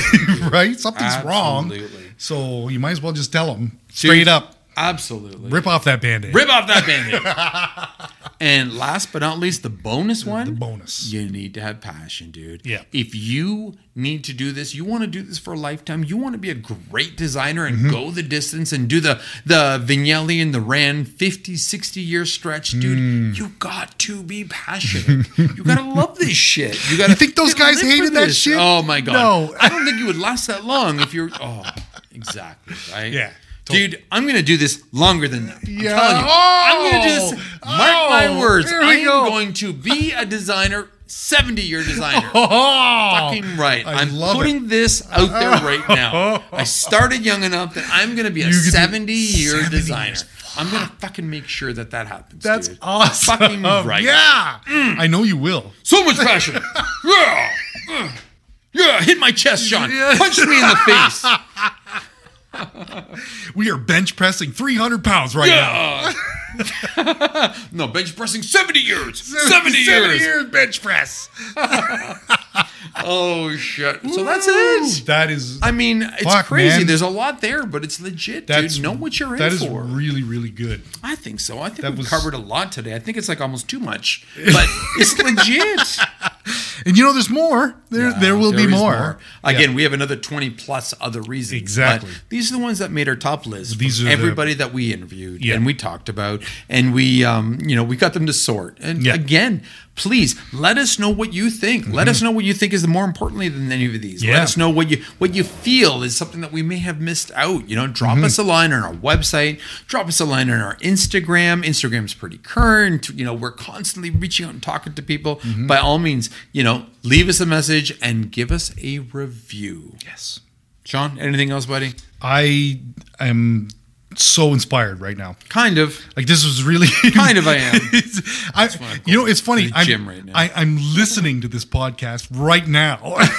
B: right? Something's wrong.
A: Absolutely.
B: So you might as well just tell them straight up.
A: Absolutely.
B: Rip off that band-aid.
A: Rip off that band and last but not least, the bonus one.
B: the bonus.
A: You need to have passion, dude.
B: Yeah.
A: If you need to do this, you want to do this for a lifetime. You want to be a great designer and
B: Mm-hmm.
A: go the distance and do the the Vignelli and the Rand 50, 60 year stretch, dude.
B: Mm.
A: You got to be passionate. you got to love this shit. You got to
B: You think those guys hated that shit?
A: Oh my god.
B: No.
A: I don't think you would last that long if you're Oh, exactly, right?
B: Yeah, totally.
A: Dude, I'm going to do this longer than that.
B: Yeah.
A: I'm telling you. I'm going to do
B: Oh.
A: this. Mark my
B: Oh,
A: words.
B: here we
A: I am
B: go.
A: going to be a designer, 70 year designer.
B: Oh,
A: Fucking right.
B: I
A: I'm
B: love
A: putting this out there right now. I started young enough that I'm going to be a
B: You could do
A: 70 year
B: 70
A: designer.
B: years.
A: I'm going to fucking make sure that that happens.
B: That's
A: dude.
B: awesome.
A: Fucking right. Mm.
B: Yeah. I know you will.
A: So much passion. yeah. Ugh. Yeah. Hit my chest, Sean.
B: Yeah.
A: Punch me in the face.
B: We are bench pressing 300 pounds right
A: Yeah. no, bench pressing 70 years. 70, years.
B: bench press.
A: Oh, shit. So that's it.
B: That is.
A: I mean, it's
B: Fuck,
A: crazy.
B: man.
A: There's a lot there, but it's legit, dude. Know what you're in
B: That is
A: for.
B: really, really good.
A: I think so. I think
B: That
A: we've
B: was-
A: covered a lot today. I think it's like almost too much, but it's legit.
B: And you know, there's more. There, there will be
A: is
B: more.
A: Again, we have another 20 plus other reasons.
B: Exactly.
A: but these are the ones that made our top list.
B: These
A: These
B: are the-
A: everybody that we interviewed
B: Yeah.
A: and we talked about and we um, you know, we got them to sort. And
B: Yeah.
A: again, please let us know what you think. Let
B: Mm-hmm.
A: us know what you think is more importantly than any of these. Let
B: Yeah.
A: us know what you what you feel is something that we may have missed out. You know, drop
B: Mm-hmm.
A: us a line on our website, drop us a line on our Instagram. Instagram's pretty current. You know, we're constantly reaching out and talking to people.
B: Mm-hmm.
A: By all means, you know, leave us a message and give us a review.
B: Yes.
A: Sean, anything else, buddy?
B: I am so inspired right now.
A: Kind of.
B: Like this was really
A: Kind of I am.
B: It's- I, you know, it's funny.
A: the
B: I'm,
A: gym right now.
B: I, I'm listening to this podcast right now.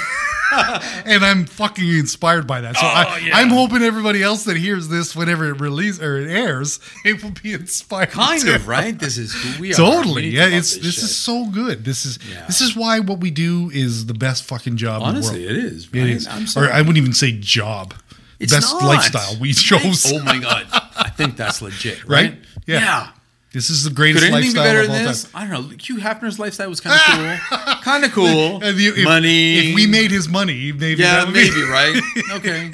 B: and I'm fucking inspired by that. So I,
A: Oh, yeah.
B: I'm hoping everybody else that hears this whenever it releases or it airs, it will be inspired.
A: Kind
B: too.
A: of, right? This is who we are. We
B: Totally.
A: need to
B: Yeah,
A: love
B: it's this
A: shit.
B: is so good. This is
A: Yeah.
B: this is why what we do is the best fucking job
A: honestly,
B: in
A: it
B: the world.
A: is.
B: It
A: right?
B: is.
A: I'm
B: or
A: sorry.
B: I wouldn't even say job.
A: It's
B: best
A: not.
B: lifestyle we chose.
A: Oh my god, I think that's legit, right?
B: Right? Yeah. This is the greatest
A: Could anything be
B: lifestyle
A: better
B: of all
A: than this?
B: time.
A: I don't know. Hugh Hefner's lifestyle was kind of cool. kind of cool.
B: If you- if-
A: money.
B: If we made his money, maybe
A: yeah,
B: that would be-
A: maybe right. Okay,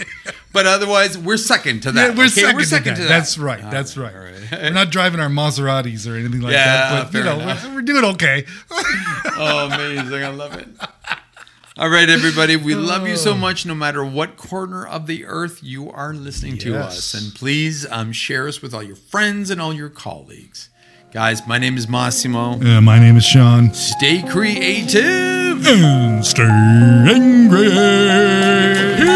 A: but otherwise, we're second to that.
B: Yeah, we're,
A: okay?
B: second
A: we're second
B: to that. That's right.
A: All
B: that's right.
A: all
B: we're not driving our Maseratis or anything like
A: Yeah,
B: that. But you
A: fair
B: know,
A: enough.
B: we're, we're doing okay.
A: Oh, amazing. I love it. All right, everybody. We love you so
B: Oh.
A: much, no matter what corner of the earth you are listening to
B: Yes.
A: us. And please um, share us with all your friends and all your colleagues. Guys, my name is Massimo.
B: Uh, my name is Sean.
A: Stay creative.
B: And stay angry.